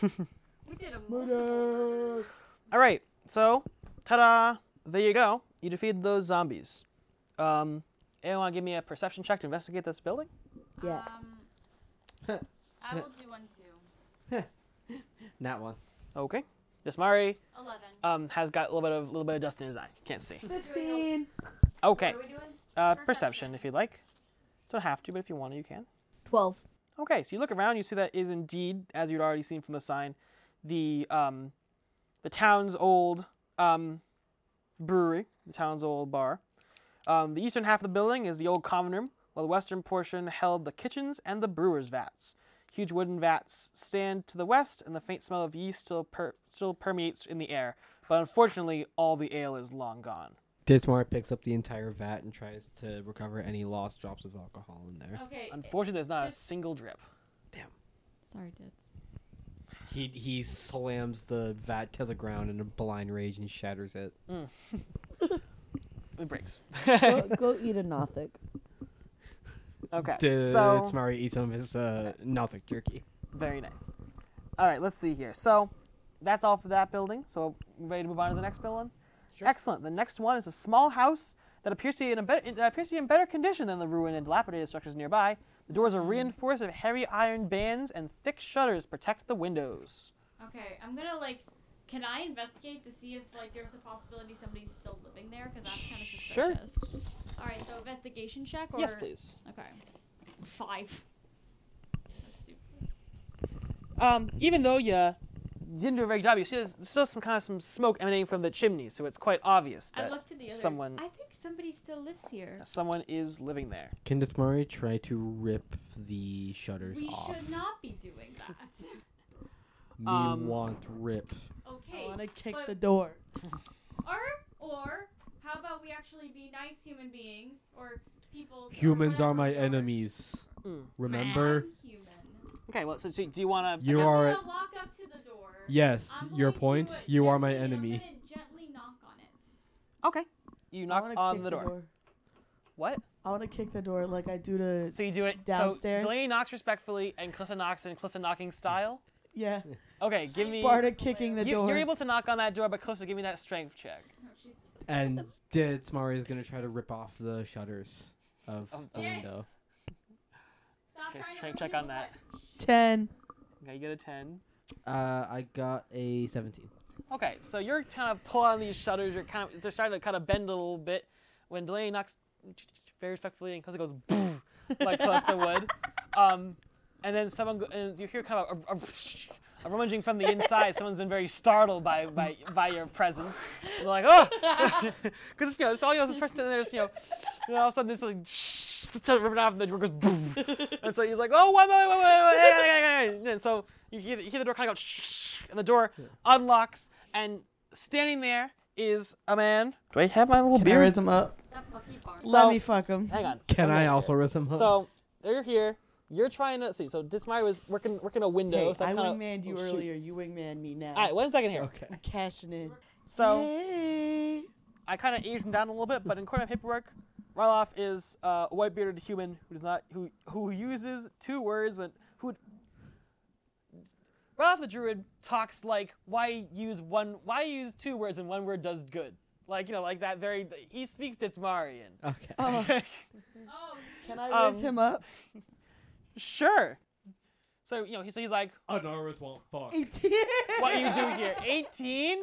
D: We did a
A: Murder. All right. So, ta-da! There you go. You defeated those zombies. Um, anyone want to give me a perception check to investigate this building?
L: Yes.
A: Um,
D: um, I will do one too.
A: Not one. Okay. Dismari. Um, has got a little bit of little bit of dust in his eye. Can't see.
E: Fifteen.
A: Okay.
E: What are we doing?
A: Uh, perception, if you'd like. Don't have to, but if you want to, you can.
J: 12.
A: Okay, so you look around, you see that is indeed, as you'd already seen from the sign, the um, the town's old um, brewery, the town's old bar. Um, the eastern half of the building is the old common room, while the western portion held the kitchens and the brewer's vats. Huge wooden vats stand to the west, and the faint smell of yeast still per- still permeates in the air. But unfortunately, all the ale is long gone.
C: Dismar picks up the entire vat and tries to recover any lost drops of alcohol in there.
D: Okay.
A: Unfortunately, there's not a single drip.
D: Sorry, Dits.
C: He he slams the vat to the ground in a blind rage and shatters it.
A: Mm. it breaks. [laughs]
L: go, go eat a Nothic.
A: Okay,
C: Did
A: so-
C: Mari eats some of his uh, Nothic jerky.
A: Very nice. All right, let's see here. So that's all for that building. So we ready to move on to the next building? Excellent. The next one is a small house that appears to be in a better, that appears to be in better condition than the ruined and dilapidated structures nearby. The doors are reinforced with heavy iron bands, and thick shutters protect the windows.
D: Okay, I'm gonna like. Can I investigate to see if like there's a possibility somebody's still living there? Because I'm kind of
A: Sure.
D: suspicious. All right, so investigation check. Or...
A: Yes, please.
D: Okay. Five.
A: Um, even though you didn't do a very good job, you see there's still some kind of some smoke emanating from the chimney, so it's quite obvious
D: I
A: that
D: look to the others.
A: someone
D: I think somebody still lives here.
A: someone is living there.
C: Can Desmari try to rip the shutters
D: we
C: off?
D: should not be doing that.
A: [laughs]
C: Me
A: Um,
C: want rip.
D: okay.
I: I wanna kick
D: but-
I: the door.
D: Or, or how about we actually be nice human beings or people's or
K: Humans are
D: whatever
K: my
D: we are.
K: enemies.
A: Mm.
K: Remember?
D: I'm human.
A: Okay, well, so, so do you want to?
K: You are-
D: I'm
K: Alright.
D: gonna walk up to the door.
K: Yes,
D: I'm
K: your
D: going to,
K: point.
D: uh,
K: You are my
D: gently-
K: enemy.
D: I'm gonna gently knock on it.
A: Okay. You knock
I: wanna
A: on
I: kick
A: the door. What?
I: I want to kick the door like I do to.
A: So you do it
I: downstairs.
A: So Delaney knocks respectfully, and Clissa knocks in Clissa knocking style.
I: yeah.
A: Okay, give me.
I: Sparta kicking the
A: you,
I: door.
A: You're able to knock on that door, but Clissa, give me that strength check.
C: And Desmari is gonna try to rip off the shutters of
A: Of
C: the
A: the-
C: window.
D: Stop
A: Okay,
D: trying
A: strength
D: to
A: check on that.
I: Ten.
A: Okay, you get a ten.
C: Uh, I got a 17.
A: Okay, so you're kind of pulling on these shutters. You're kind of they're starting to kind of bend a little bit. When Delaney knocks very respectfully, and Cluster goes boom like Cluster would. Um, and then someone go, and you hear kind of a, a, a rummaging from the inside. Someone's been very startled by by, by your presence. And they're like, oh, [laughs] because you know, it's all you know is this person and there's you know, and then all of a sudden this like [laughs] started ripping off, and the door goes
I: [laughs]
A: boom. And so he's like, oh, wait, wait, wait, wait, wait, wait, wait, wait, wait. And so you hear, the- you hear the door kind of go, [laughs] and the door unlocks, and standing there is a man. Do I have my little
I: Can I
A: beard?
I: raise him up? Let
A: So-
I: me fuck him.
A: Hang on.
C: Can
A: I'm
C: I
A: gonna-
C: also risk him?
A: Oh, So you're here. You're trying to see. So Dismire was working working a window.
I: Hey,
A: so that's kinda,
I: I wingmaned you
A: oh, shoot.
I: earlier. You wingman me now.
A: All right, one second here.
C: Okay.
I: I'm cashing in.
A: So
I: Hey.
A: I kind of aged him down a little bit, but in according to paperwork, Ryloff is uh, a white bearded human who does not who who uses two words when who. Ryloff the druid talks like why use one why use two words when one word does good like you know like that very he speaks
I: [laughs]
A: Dismarian.
C: Okay.
D: Oh,
I: Can I raise
A: Um,
I: him up?
A: Sure. So you know, he, so he's like,
K: Honorous won't fuck.
I: Eighteen.
A: "What you do here? 18?"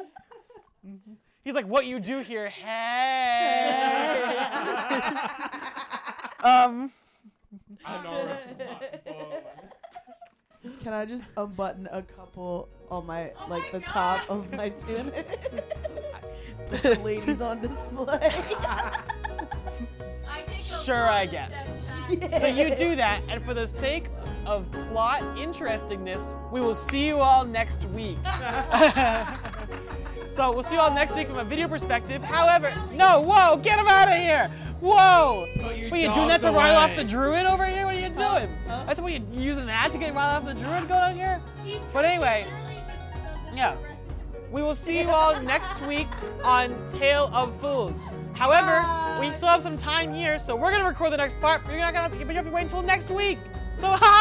A: He's like, "What you do here? Hey."
I: [laughs]
A: um.
K: Honorous
D: [laughs]
K: won't fuck.
I: Can I just unbutton a couple on my
D: Oh
I: like
D: my
I: the
D: God.
I: top of [laughs] my tunic? Put the ladies on display.
A: [laughs]
D: I take a
A: Sure,
D: lot
A: I
D: of
A: guess.
D: steps
A: [laughs]
D: back.
A: So you do that, and for the sake of plot interestingness, we will see you all next week. [laughs] so we'll see you all next week from a video perspective. However, no, whoa, get him out of here! Whoa!
K: Put your
A: What are you doing that
K: dogs
A: to rile off
K: away.
A: the druid over here? What are you doing? I said, what are you using that to get rile off the druid going on here?
D: He's
A: But anyway,
D: clearly the- the- the
A: yeah.
D: rest of the-
A: We will see you all next week on Tale of Fools. However, we still have some time here, so we're gonna record the next part, but you're not gonna have to, but you have to wait until next week. So, ha!